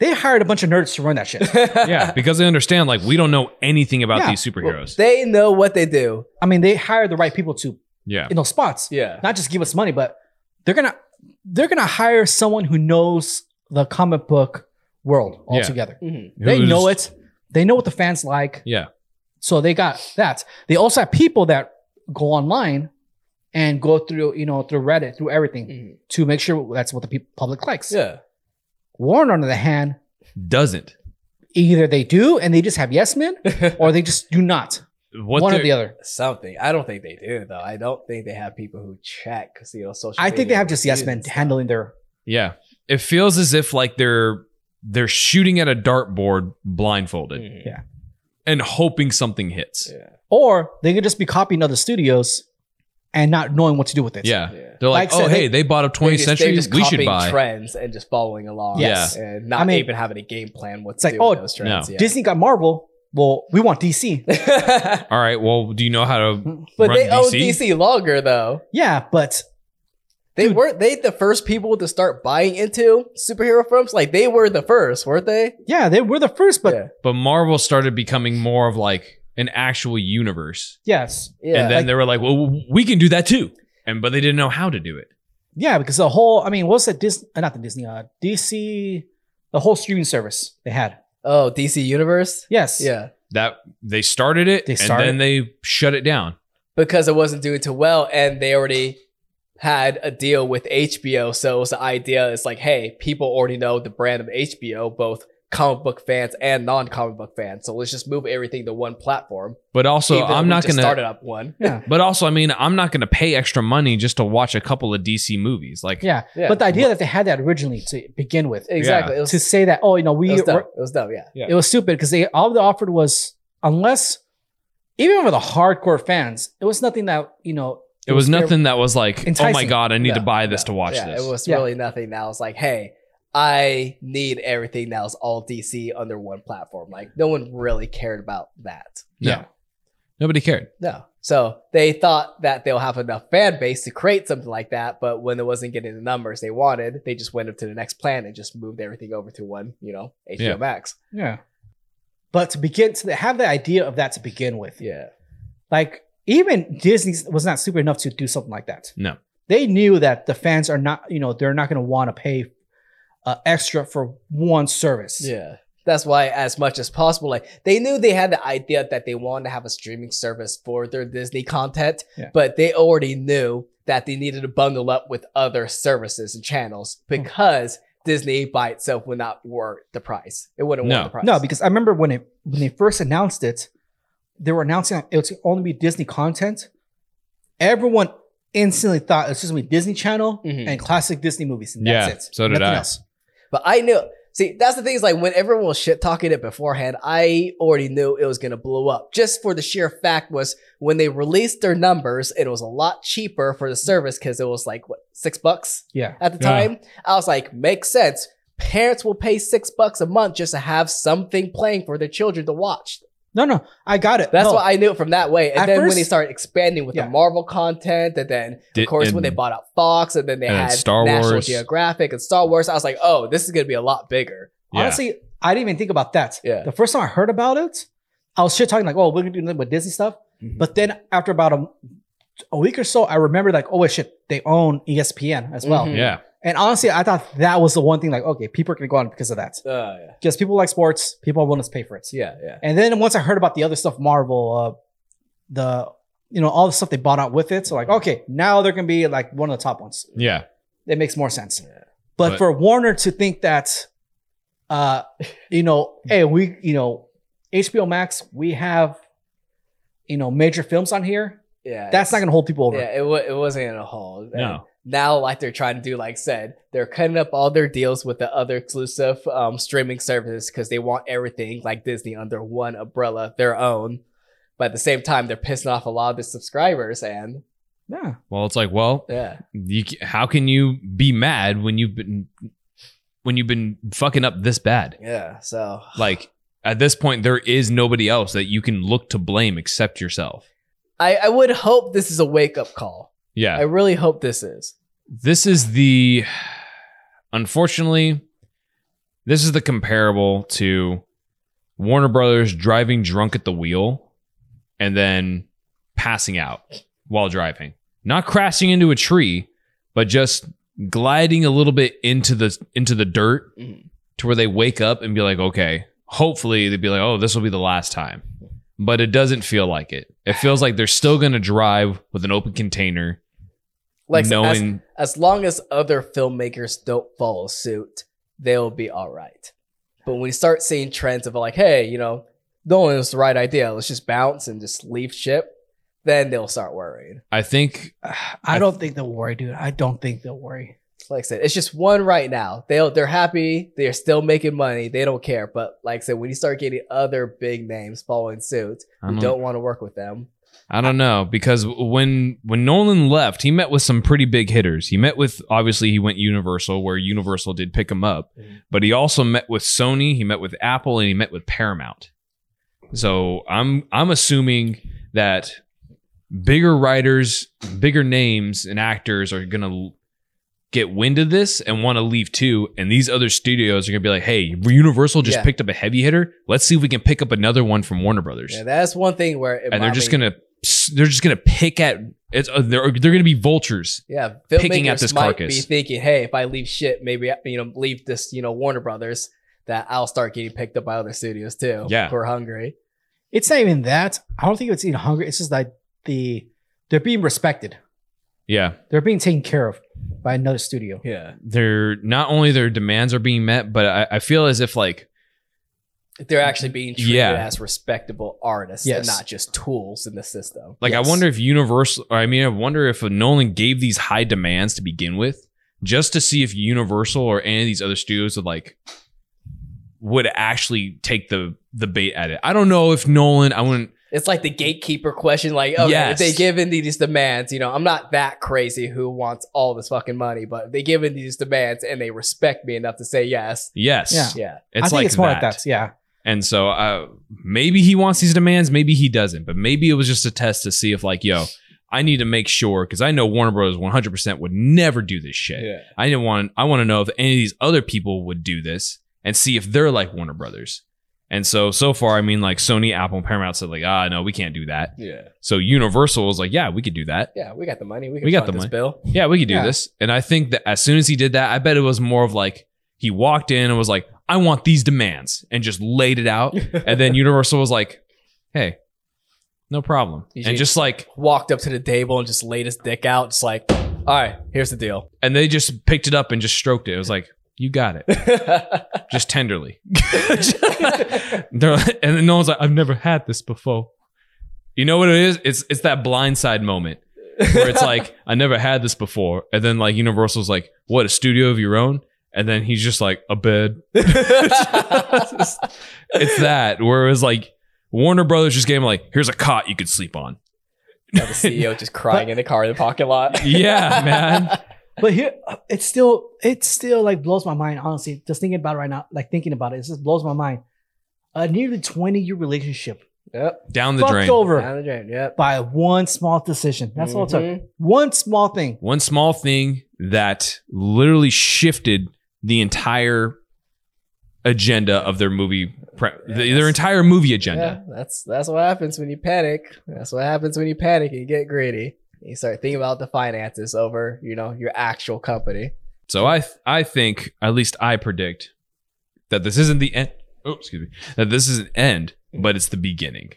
Speaker 3: They hired a bunch of nerds to run that shit.
Speaker 1: yeah, because they understand like we don't know anything about
Speaker 3: Yeah.
Speaker 1: these superheroes.
Speaker 2: They know what they do.
Speaker 3: I mean, they hired the right people to
Speaker 1: yeah,
Speaker 3: in those spots.
Speaker 2: Yeah.
Speaker 3: Not just give us money, but they're gonna they're gonna hire someone who knows the comic book world
Speaker 1: Yeah.
Speaker 3: altogether.
Speaker 2: Mhm.
Speaker 3: They
Speaker 1: Who's-
Speaker 3: know it. They know what the fans like.
Speaker 1: Yeah,
Speaker 3: So they got that. They also have people that go online and go through, you know, through Reddit, through everything
Speaker 2: Mhm.
Speaker 3: to make sure that's what the peop public likes.
Speaker 2: Yeah.
Speaker 3: Warren, on the other hand,
Speaker 1: doesn't.
Speaker 3: either they do and they just have yes men, or they just do not.
Speaker 1: What
Speaker 3: One or
Speaker 1: they're-
Speaker 3: the other.
Speaker 2: Something. I don't think they do though. I don't think they have people who check because you know social.
Speaker 3: I think they
Speaker 2: media uh,
Speaker 3: have just yes
Speaker 2: reviews
Speaker 3: men
Speaker 2: and stuff.
Speaker 3: handling their.
Speaker 1: Yeah, it feels as if like they're they're shooting at a dartboard blindfolded
Speaker 2: Mhm.
Speaker 3: Yeah.
Speaker 1: and hoping something hits.
Speaker 2: Yeah.
Speaker 3: Or they could just be copying other studios and not knowing what to do with it.
Speaker 1: Yeah,
Speaker 2: Yeah.
Speaker 1: they're like,
Speaker 3: Like I
Speaker 1: oh
Speaker 3: said,
Speaker 1: hey, they bought up 20th
Speaker 2: They're just-
Speaker 1: century.
Speaker 2: they're just
Speaker 1: We should
Speaker 2: copying
Speaker 1: buy.
Speaker 2: trends and just following along.
Speaker 3: Yes.
Speaker 2: and not
Speaker 3: I mean-
Speaker 2: even having a game plan. What's
Speaker 3: It's like,
Speaker 2: like, oh,
Speaker 3: oh,
Speaker 2: those trends?
Speaker 1: no.
Speaker 2: Yeah.
Speaker 3: Disney got Marvel. Well, we want DC.
Speaker 1: All right. Well, do you know how to?
Speaker 2: but
Speaker 1: run
Speaker 2: they own
Speaker 1: DC?
Speaker 2: DC longer though.
Speaker 3: Yeah, but
Speaker 2: They weren't they the first people to start buying into superhero films? Like they were the first, weren't they?
Speaker 3: yeah, they were the first, but
Speaker 2: yeah.
Speaker 1: But Marvel started becoming more of like an actual universe,
Speaker 3: yes.
Speaker 2: yeah.
Speaker 1: and then they were like, well, we can do that too, and but they didn't know how to do it.
Speaker 3: Yeah, because the whole, I mean, what's that Disney, not the Disney, uh, DC, the whole streaming service they had.
Speaker 2: oh, DC Universe.
Speaker 3: Yes.
Speaker 2: Yeah,
Speaker 1: That they started it,
Speaker 3: They
Speaker 1: and
Speaker 3: started-
Speaker 1: then they shut it down.
Speaker 2: because it wasn't doing too well, and they already had a deal with HBO. So it was the idea is like, hey, people already know the brand of HBO, both comic book fans and non-comic book fans. So let's just move everything to one platform.
Speaker 1: But also,
Speaker 2: even though
Speaker 1: I'm
Speaker 2: we
Speaker 1: not
Speaker 2: just
Speaker 1: gonna.
Speaker 2: started up one.
Speaker 1: But also, I mean, I'm not gonna pay extra money just to watch a couple of DC movies. Like,
Speaker 3: Yeah.
Speaker 2: Yeah.
Speaker 3: But the idea that they had that originally to begin with,
Speaker 2: Exactly. It was,
Speaker 3: to say that, oh, you know,
Speaker 2: it
Speaker 3: we
Speaker 2: was dumb.
Speaker 3: were,
Speaker 2: It was dumb. Yeah.
Speaker 3: it was stupid because they all they offered was, unless, even with the hardcore fans, it was nothing that, you know,
Speaker 1: it was
Speaker 3: fair-
Speaker 1: nothing that was like, oh my
Speaker 3: Enticing.
Speaker 1: god, I need
Speaker 2: No,
Speaker 1: to buy this
Speaker 2: no.
Speaker 1: to watch
Speaker 2: yeah,
Speaker 1: this.
Speaker 2: It was
Speaker 3: Yeah.
Speaker 2: really nothing. That was like, hey, I need everything that was all DC under one platform. Like no one really cared about that.
Speaker 1: No.
Speaker 3: Yeah.
Speaker 1: Nobody cared.
Speaker 2: No. So they thought that they'll have enough fan base to create something like that, but when it wasn't getting the numbers they wanted, they just went up to the next plan and just moved everything over to one, you know, HBO
Speaker 1: Yeah.
Speaker 2: Max.
Speaker 3: Yeah. But to begin, to have the idea of that to begin with,
Speaker 2: Yeah.
Speaker 3: like even Disney was not stupid enough to do something like that.
Speaker 1: No.
Speaker 3: they knew that the fans are not, you know, they're not going to want to pay uh, extra for one service.
Speaker 2: Yeah. That's why, as much as possible, like they knew they had the idea that they wanted to have a streaming service for their Disney content,
Speaker 3: Yeah.
Speaker 2: but they already knew that they needed to bundle up with other services and channels
Speaker 1: Hmm.
Speaker 2: because Disney by itself would not worth the price. It wouldn't
Speaker 1: No.
Speaker 2: worth the price.
Speaker 3: No, because I remember when it when they first announced it, they were announcing that it was only be Disney content. Everyone instantly thought it's just gonna be Disney Channel
Speaker 2: Mhm.
Speaker 3: and classic Disney movies. And that's
Speaker 1: Mm-hmm. Yeah,
Speaker 3: it.
Speaker 1: so did
Speaker 3: Nothing
Speaker 1: I.
Speaker 3: Else.
Speaker 2: But I knew. See, that's the thing is like when everyone was shit talking it beforehand, I already knew it was gonna blow up. Just for the sheer fact was when they released their numbers, it was a lot cheaper for the service because it was like what six bucks
Speaker 3: Yeah,
Speaker 2: at the
Speaker 1: Yeah.
Speaker 2: time. I was like, makes sense. Parents will pay six bucks a month just to have something playing for their children to watch.
Speaker 3: no, no, I got it.
Speaker 2: That's
Speaker 3: No.
Speaker 2: why I knew it from that way. And
Speaker 3: At
Speaker 2: then when
Speaker 3: first-
Speaker 2: they started expanding with
Speaker 3: Yeah.
Speaker 2: the Marvel content, and then
Speaker 1: Di-
Speaker 2: of course
Speaker 1: and-
Speaker 2: when they bought out Fox, and then they
Speaker 1: and
Speaker 2: had
Speaker 1: Star
Speaker 2: National
Speaker 1: Wars.
Speaker 2: Geographic and Star Wars, I was like, oh, this is gonna be a lot bigger.
Speaker 1: Yeah.
Speaker 3: Honestly, I didn't even think about that.
Speaker 2: Yeah.
Speaker 3: The first time I heard about it, I was shit talking like, "Oh, we're gonna do nothing but Disney stuff."
Speaker 2: Mhm.
Speaker 3: But then after about a, a week or so, I remembered like, "Oh wait, shit, they own E ESPN as well."
Speaker 2: Mhm.
Speaker 1: yeah.
Speaker 3: And honestly, I thought that was the one thing like, okay, people are gonna go on because of that
Speaker 2: Uh, yeah.
Speaker 3: because people like sports, people are willing to pay for it.
Speaker 2: Yeah, yeah.
Speaker 3: And then once I heard about the other stuff, Marvel, uh, the you know all the stuff they bought out with it, so like, okay, now they're gonna be like one of the top ones.
Speaker 1: Yeah.
Speaker 3: It makes more sense.
Speaker 2: Yeah.
Speaker 3: But,
Speaker 1: But-
Speaker 3: for Warner to think that, uh, you know, hey, we, you know, HBO Max, we have, you know, major films on here.
Speaker 2: Yeah,
Speaker 3: That's not going to hold people over.
Speaker 2: Yeah, it, wa it wasn't in a hole.
Speaker 1: No.
Speaker 2: Now, like they're trying to do, like said, they're cutting up all their deals with the other exclusive um, streaming services because they want everything like Disney under one umbrella, their own. But at the same time, they're pissing off a lot of the subscribers, and
Speaker 3: Yeah.
Speaker 1: Well, it's like, well,
Speaker 2: yeah,
Speaker 1: you, c- how can you be mad when you've been when you've been fucking up this bad?
Speaker 2: yeah. So
Speaker 1: Like at this point, there is nobody else that you can look to blame except yourself.
Speaker 2: I, I would hope this is a wake up call.
Speaker 1: Yeah.
Speaker 2: I really hope this is.
Speaker 1: this is the unfortunately This is the comparable to Warner Brothers driving drunk at the wheel and then passing out while driving. Not crashing into a tree, but just gliding a little bit into the into the dirt
Speaker 2: Mhm.
Speaker 1: to where they wake up and be like, okay, hopefully they'd be like, oh, this will be the last time. But it doesn't feel like it. It feels like they're still gonna drive with an open container,
Speaker 2: Like as,
Speaker 1: knowing
Speaker 2: as long as other filmmakers don't follow suit, they'll be all right. But when we start seeing trends of like, hey, you know, Nolan was the right idea. Let's just bounce and just leave ship. Then they'll start worrying.
Speaker 1: I think
Speaker 3: I don't think they'll worry, dude. I don't think they'll worry.
Speaker 2: Like I said, it's just one right now. They'll they're happy. They're still making money. They don't care. But like I said, when you start getting other big names following suit,
Speaker 1: I
Speaker 2: you
Speaker 1: don't-
Speaker 2: don't want to work with them.
Speaker 1: I don't know because when when Nolan left, he met with some pretty big hitters. He met with obviously he went Universal, where Universal did pick him up,
Speaker 3: Mhm.
Speaker 1: but he also met with Sony, he met with Apple, and he met with Paramount. So I'm I'm assuming that bigger writers, bigger names, and actors are gonna l- get wind of this and want to leave too. And these other studios are gonna be like, "Hey, Universal just
Speaker 2: Yeah.
Speaker 1: picked up a heavy hitter. Let's see if we can pick up another one from Warner Brothers."
Speaker 2: Yeah, that's one thing where it
Speaker 1: and they're
Speaker 2: might
Speaker 1: just
Speaker 2: be-
Speaker 1: gonna they're just gonna pick at it's uh, they're they're gonna be vultures.
Speaker 2: yeah
Speaker 1: picking at
Speaker 2: filmmakers
Speaker 1: this
Speaker 2: might
Speaker 1: carcass.
Speaker 2: Be thinking, hey, if I leave shit, maybe I- you know leave this you know Warner Brothers, that I'll start getting picked up by other studios too.
Speaker 1: Yeah.
Speaker 2: who are hungry.
Speaker 3: It's not even that. I don't think it's even hungry. It's just like the they're being respected.
Speaker 1: Yeah,
Speaker 3: They're being taken care of by another studio.
Speaker 2: Yeah,
Speaker 1: they're not only their demands are being met, but I, I feel as if like
Speaker 2: they're actually being treated
Speaker 1: Yeah.
Speaker 2: as respectable artists
Speaker 3: Yes.
Speaker 2: and not just tools in the system.
Speaker 1: like
Speaker 3: Yes.
Speaker 1: I wonder if Universal. Or I mean, I wonder if Nolan gave these high demands to begin with, just to see if Universal or any of these other studios would like would actually take the the bait at it. I don't know if Nolan. I wouldn't.
Speaker 2: It's like the gatekeeper question. Like, okay,
Speaker 1: Yes.
Speaker 2: if they give in these demands, you know, I'm not that crazy who wants all this fucking money, but if they give in these demands and they respect me enough to say yes.
Speaker 1: Yes.
Speaker 3: Yeah.
Speaker 2: Yeah.
Speaker 1: It's
Speaker 3: I think
Speaker 1: like
Speaker 3: it's more
Speaker 1: that.
Speaker 3: like that. Yeah.
Speaker 1: And so uh, maybe he wants these demands, maybe he doesn't, but maybe it was just a test to see if, like, yo, I need to make sure because I know Warner Bros. 100% would never do this shit. I didn't want, I want to know if any of these other people would do this and see if they're like Warner Brothers. And so, so far, I mean, like Sony, Apple, and Paramount said, like, ah, no, we can't do that.
Speaker 2: Yeah.
Speaker 1: So Universal was like, yeah, we could do that.
Speaker 2: Yeah. We got the money. We, can
Speaker 1: We got
Speaker 2: fund
Speaker 1: the
Speaker 2: this
Speaker 1: money.
Speaker 2: bill.
Speaker 1: Yeah, we could do
Speaker 3: Yeah.
Speaker 1: this. And I think that as soon as he did that, I bet it was more of like he walked in and was like, I want these demands and just laid it out. And then Universal was like, hey, no problem.
Speaker 2: You
Speaker 1: And
Speaker 2: see-
Speaker 1: just like,
Speaker 2: Walked up to the table and just laid his dick out. Just like, all right, here's the deal.
Speaker 1: and they just picked it up and just stroked it. It was like, you got it, just tenderly. They're like- and then no one's like, I've never had this before. You know what it is? It's it's that blindside moment where it's like, I never had this before. And then like Universal's like, what, a studio of your own? And then he's just like, a bed. it's that. Whereas like Warner Brothers just gave him like, here's a cot you could sleep on.
Speaker 2: Now the CEO E just crying in the car in the parking lot.
Speaker 1: Yeah, man.
Speaker 3: But here, it's still, it still like blows my mind. Honestly, just thinking about it right now, like thinking about it, it just blows my mind. A nearly 20 year relationship
Speaker 2: Yep.
Speaker 1: Down the
Speaker 3: fucked
Speaker 1: drain.
Speaker 3: over
Speaker 2: Down the drain. Yep.
Speaker 3: by one small decision. That's all it took.
Speaker 2: Mhm.
Speaker 3: One small thing.
Speaker 1: One small thing that literally shifted the entire agenda of their movie, pre- the- their entire movie
Speaker 2: Yeah,
Speaker 1: agenda.
Speaker 2: that's that's what happens when you panic. That's what happens when you panic and you get greedy. You start thinking about the finances over, you know, your actual company.
Speaker 1: So I, th- I think, at least I predict that this isn't the end. Oh, excuse me. That this is an end, but it's the beginning.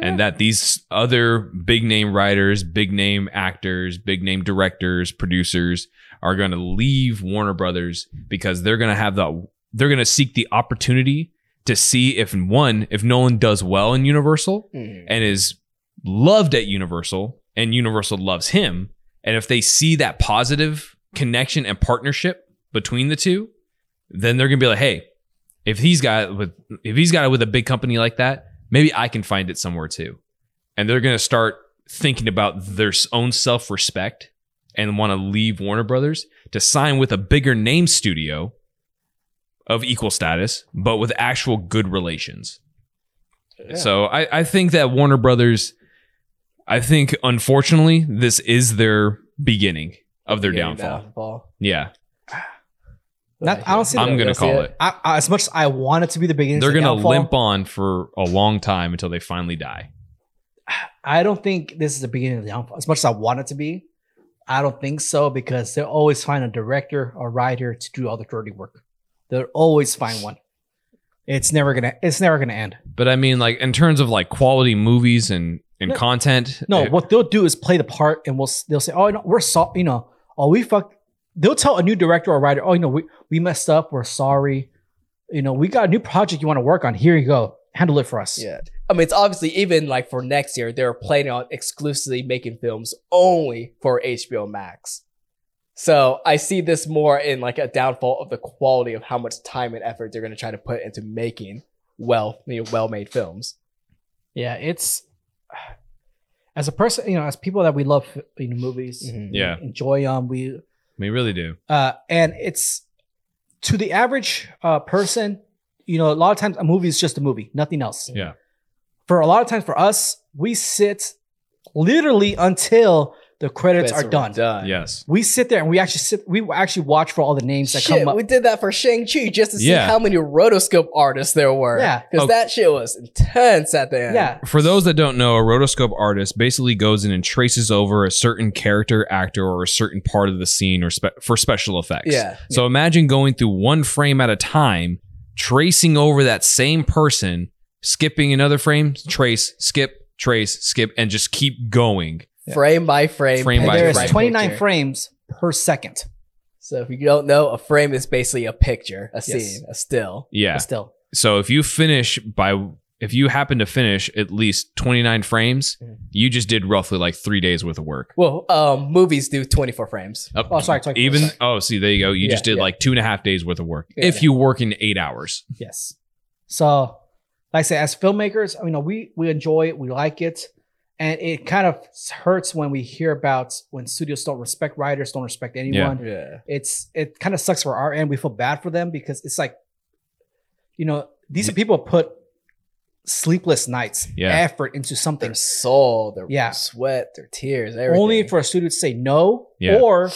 Speaker 1: and that these other big name writers, big name actors, big name directors, producers are going to leave Warner Brothers because they're going to have the they're going to seek the opportunity to see if one if Nolan does well in Universal
Speaker 2: Mhm.
Speaker 1: and is loved at Universal and Universal loves him and if they see that positive connection and partnership between the two then they're going to be like hey if he's got it with if he's got it with a big company like that maybe I can find it somewhere too and they're going to start thinking about their s- own self-respect and want to leave Warner Brothers to sign with a bigger name studio of equal status but with actual good relations so I, I think that Warner Brothers, I think unfortunately this is their beginning of their
Speaker 2: Yeah,
Speaker 1: downfall.
Speaker 2: downfall.
Speaker 1: Yeah,
Speaker 3: Not, I don't see.
Speaker 1: I'm
Speaker 3: that.
Speaker 1: gonna
Speaker 3: I see
Speaker 1: call it.
Speaker 3: I, I- as much as I want it to be the beginning,
Speaker 1: They're
Speaker 3: going to
Speaker 1: gonna limp on for a long time until they finally die.
Speaker 3: I don't think this is the beginning of the downfall. As much as I want it to be, I don't think so because they'll always find a director or writer to do all the dirty work. They'll always find one. It's never gonna. It's never gonna end.
Speaker 1: But I mean, like in terms of like quality movies and and
Speaker 3: No.
Speaker 1: content.
Speaker 3: No,
Speaker 1: it-
Speaker 3: what they'll do is play the part, and we'll s- they'll say, "Oh, no, we're so you know, oh we fucked." They'll tell a new director or writer, "Oh, you know, we we messed up. We're sorry. You know, we got a new project you want to work on. Here you go. Handle it for us."
Speaker 2: Yeah. I mean, it's obviously even like for next year, they're planning on exclusively making films only for HBO Max. So I see this more in like a downfall of the quality of how much time and effort they're going to try to put into making well, you know, well-made films.
Speaker 3: yeah. It's as a person, you know, as people that we love, you know, movies,
Speaker 1: Mm-hmm. Yeah,
Speaker 3: enjoy them. We
Speaker 1: we really do.
Speaker 3: uh, and it's to the average uh, person, you know, a lot of times a movie is just a movie, nothing else.
Speaker 1: Yeah.
Speaker 3: For a lot of times, for us, we sit literally until the credits are done.
Speaker 1: Yes.
Speaker 3: We sit there and we actually sit. We actually watch for all the names that
Speaker 2: Shit,
Speaker 3: come up.
Speaker 2: we did that for Shang-Chi just to see
Speaker 1: Yeah. Oh.
Speaker 2: how many rotoscope artists there were.
Speaker 3: Yeah.
Speaker 2: Because
Speaker 1: Okay.
Speaker 2: that shit was intense at the end.
Speaker 3: yeah,
Speaker 1: For those that don't know, a rotoscope artist basically goes in and traces over a certain character, actor, or a certain part of the scene or spe- for special effects.
Speaker 2: Yeah.
Speaker 1: So imagine going through one frame at a time, tracing over that same person, skipping another frame, trace, skip, trace, skip, and just keep going.
Speaker 2: Frame by frame.
Speaker 1: Frame
Speaker 3: and
Speaker 1: by
Speaker 3: there
Speaker 1: Right,
Speaker 3: is
Speaker 1: right.
Speaker 3: 29
Speaker 2: frames.
Speaker 3: frames per second.
Speaker 2: So if you don't know, a frame is basically a picture, a
Speaker 3: Yes.
Speaker 2: scene, a still.
Speaker 1: Yeah.
Speaker 3: Still,
Speaker 1: So if you finish by, if you happen to finish at least 29 frames,
Speaker 2: Hmm.
Speaker 3: Mhm.
Speaker 1: you just did roughly like three days worth of work.
Speaker 2: Well, um, movies do 24 frames.
Speaker 1: Up-
Speaker 3: Oh, sorry, 24,
Speaker 1: Even
Speaker 3: sorry.
Speaker 1: oh, see, there you go. You
Speaker 2: Yeah,
Speaker 1: just did
Speaker 2: yeah.
Speaker 1: like two and a half days worth of work.
Speaker 2: Yeah.
Speaker 1: if you work in eight hours,
Speaker 3: yes. So, like I said, as filmmakers, you know, we we enjoy it, we like it, and it kind of hurts when we hear about when studios don't respect writers, don't respect anyone.
Speaker 2: Yeah.
Speaker 3: It's it kind of sucks for our end. We feel bad for them because it's like, you know, these are people put sleepless nights,
Speaker 1: Yeah.
Speaker 3: effort into something.
Speaker 2: Their soul, their
Speaker 3: Yeah.
Speaker 2: sweat, their tears, everything.
Speaker 3: only for a studio to say no,
Speaker 1: Yeah.
Speaker 3: or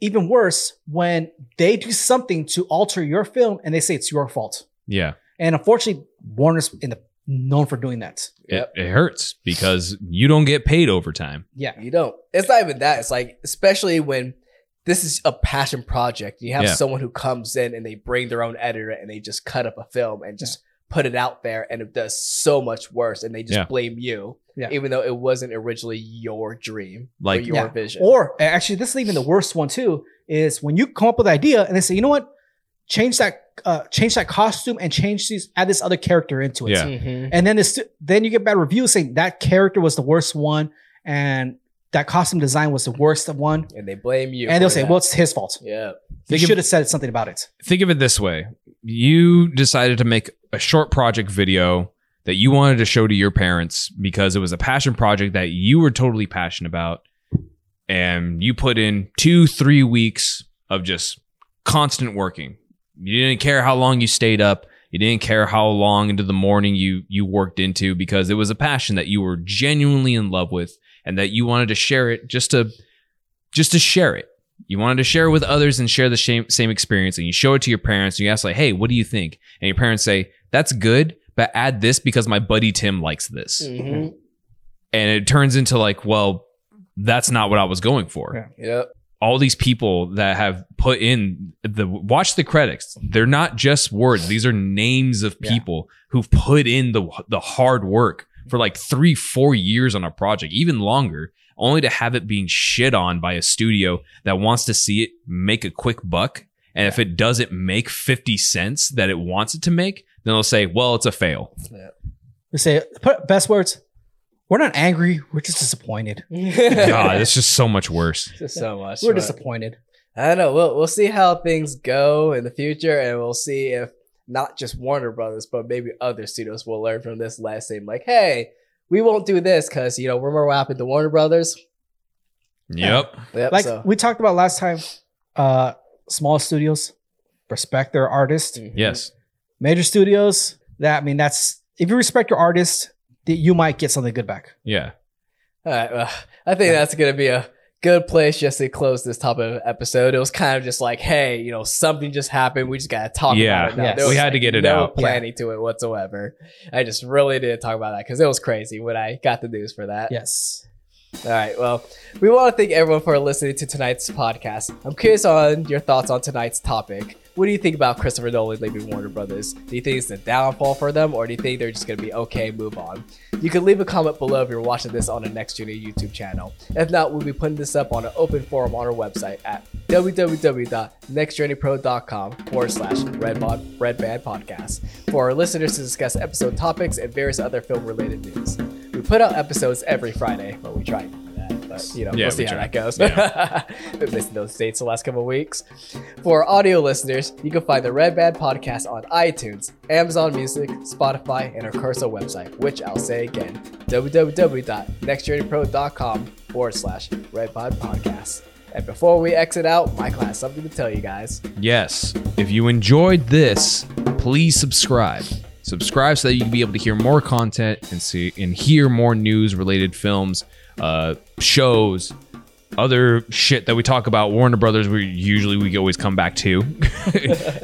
Speaker 3: even worse, when they do something to alter your film and they say it's your fault.
Speaker 1: yeah,
Speaker 3: And unfortunately, Warner's in the known for doing that.
Speaker 2: Yep.
Speaker 1: it, it hurts because you don't get paid overtime.
Speaker 3: Yeah,
Speaker 2: You don't. It's not even that. It's like, especially when this is a passion project. You have
Speaker 1: Yeah.
Speaker 2: someone who comes in and they bring their own editor and they just cut up a film and just put it out there and it does so much worse and they just
Speaker 1: Yeah.
Speaker 2: blame you,
Speaker 3: Yeah.
Speaker 2: even though it wasn't originally your dream or
Speaker 1: Like-
Speaker 2: your
Speaker 3: Yeah.
Speaker 2: vision.
Speaker 3: or and actually, this is even the worst one too. Is when you come up with an idea and they say, you know what, change that, uh, change that costume and change these, add this other character into it.
Speaker 1: Yeah.
Speaker 2: Mhm.
Speaker 3: And then it's then you get bad reviews saying that character was the worst one and that costume design was the worst one.
Speaker 2: And they blame you.
Speaker 3: And they'll
Speaker 2: for
Speaker 3: say,
Speaker 2: that.
Speaker 3: well, it's his fault.
Speaker 2: yeah.
Speaker 3: They
Speaker 1: Think of-
Speaker 3: should have said something about it.
Speaker 1: Think of it this way: you decided to make a short project video that you wanted to show to your parents because it was a passion project that you were totally passionate about, and you put in two, three weeks of just constant working. You didn't care how long you stayed up. You didn't care how long into the morning you you worked into because it was a passion that you were genuinely in love with and that you wanted to share it just to just to share it. You wanted to share it with others and share the same same experience and you show it to your parents and you ask like, "Hey, what do you think?" And your parents say, "That's good, but add this because my buddy Tim likes this."
Speaker 3: Mm-hmm.
Speaker 2: Mhm.
Speaker 1: And it turns into like, "Well, that's not what I was going for."
Speaker 3: Yeah.
Speaker 2: Yep.
Speaker 1: all these people that have put in the watch the credits they're not just words these are names of
Speaker 3: Yeah.
Speaker 1: people who've put in the the hard work for like 3 4 years on a project even longer only to have it being shit on by a studio that wants to see it make a quick buck and if it doesn't make 50 cents that it wants it to make then they'll say well it's a fail
Speaker 3: We say put best words. We're not angry. We're just disappointed.
Speaker 1: god it's just so much worse
Speaker 2: Just so much.
Speaker 3: We're
Speaker 2: but-
Speaker 3: disappointed.
Speaker 2: I don't know. We'll we'll see how things go in the future, and we'll see if not just Warner Brothers, but maybe other studios will learn from this lesson. Like, hey, we won't do this because you know remember what happened to Warner Brothers?
Speaker 1: yep
Speaker 2: Yep,
Speaker 3: Like
Speaker 2: so-
Speaker 3: we talked about last time, uh, small studios respect their artists.
Speaker 2: Mhm.
Speaker 1: yes
Speaker 3: Major studios, that I mean, that's if you respect your artist, that you might get something good back.
Speaker 1: yeah
Speaker 2: All right. Well, I think that's gonna be a good place just to close this type of episode. It was kind of just like, hey, you know, something just happened. We just gotta talk
Speaker 1: Yeah.
Speaker 2: about it. Now.
Speaker 3: Yes.
Speaker 2: There
Speaker 3: We
Speaker 2: was,
Speaker 1: had to
Speaker 2: like,
Speaker 1: get it
Speaker 2: no
Speaker 1: out.
Speaker 2: Planning to it whatsoever. I just really didn't talk about that because it was crazy when I got the news for that.
Speaker 3: Yes.
Speaker 2: All right. Well, we want to thank everyone for listening to tonight's podcast. I'm curious on your thoughts on tonight's topic. What do you think about Christopher Nolan leaving Warner Brothers? Do you think it's a downfall for them, or do you think they're just going to be okay, move on? You can leave a comment below if you're watching this on the Next Junior YouTube channel. If not, we'll be putting this up on an open forum on our website at www.nextjourneypro.com forward slash redbod red band podcast for our listeners to discuss episode topics and various other film related news. We put out episodes every Friday, but we try to do that. But you know,
Speaker 1: Yeah,
Speaker 2: we'll see
Speaker 1: we
Speaker 2: how
Speaker 1: try.
Speaker 2: that goes. Been missing those dates the last couple of weeks. For our audio listeners, you can find the Red Band Podcast on iTunes, Amazon Music, Spotify, and our Curso website, which I'll say again, www.nextjourneypro.com forward slash Red Pod Podcast. And before we exit out, Michael has something to tell you guys.
Speaker 1: Yes. If you enjoyed this, please subscribe. Subscribe so that you can be able to hear more content and see and hear more news related films, uh, shows, other shit that we talk about. Warner Brothers, we usually we always come back to.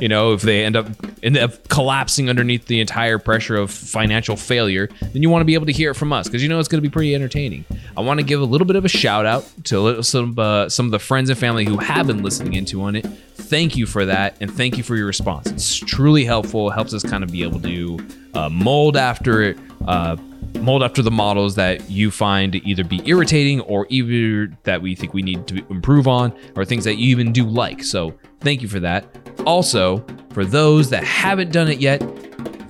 Speaker 1: you know, if they end up end up collapsing underneath the entire pressure of financial failure, then you want to be able to hear it from us because you know it's going to be pretty entertaining. I want to give a little bit of a shout out to a little- some uh, some of the friends and family who have been listening into on it. Thank you for that, and thank you for your response. It's truly helpful. Helps us kind of be able to uh, mold after it. Uh, mold after the models that you find to either be irritating or either that we think we need to improve on or things that you even do like. So thank you for that. Also, for those that haven't done it yet,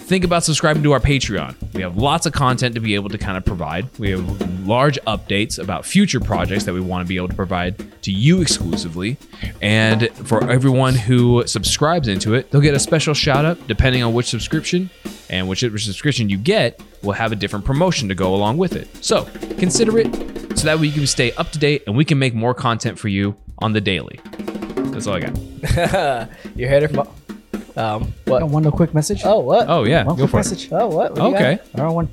Speaker 1: think about subscribing to our Patreon. We have lots of content to be able to kind of provide. We have large updates about future projects that we want to be able to provide to you exclusively. And for everyone who subscribes into it, they'll get a special shout out depending on which subscription. And whichever subscription you get will have a different promotion to go along with it. So consider it so that way you can stay up to date and we can make more content for you on the daily. That's all I got.
Speaker 2: you heard it from. Um,
Speaker 3: Oh,
Speaker 2: what?
Speaker 3: one little quick message.
Speaker 2: Oh, what?
Speaker 1: Oh, yeah.
Speaker 3: One
Speaker 1: Go
Speaker 3: quick
Speaker 1: for it.
Speaker 3: message. Oh, what? What do you got?
Speaker 1: Okay.
Speaker 3: All right, one.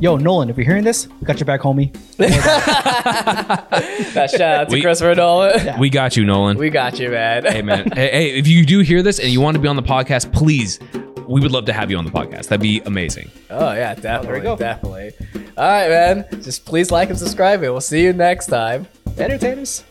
Speaker 3: Yo, Nolan, if you're hearing this, we got your back, homie.
Speaker 2: That shout out to
Speaker 1: We-
Speaker 2: Christopher Nolan.
Speaker 1: We got you, Nolan.
Speaker 2: We got you, man.
Speaker 1: hey man hey, hey, if you do hear this and you want to be on the podcast please we would love to have you on the podcast that'd be amazing
Speaker 2: Oh yeah, definitely,
Speaker 3: we go.
Speaker 2: definitely. All right, man. Just please like and subscribe, and we'll see you next time. Entertainers.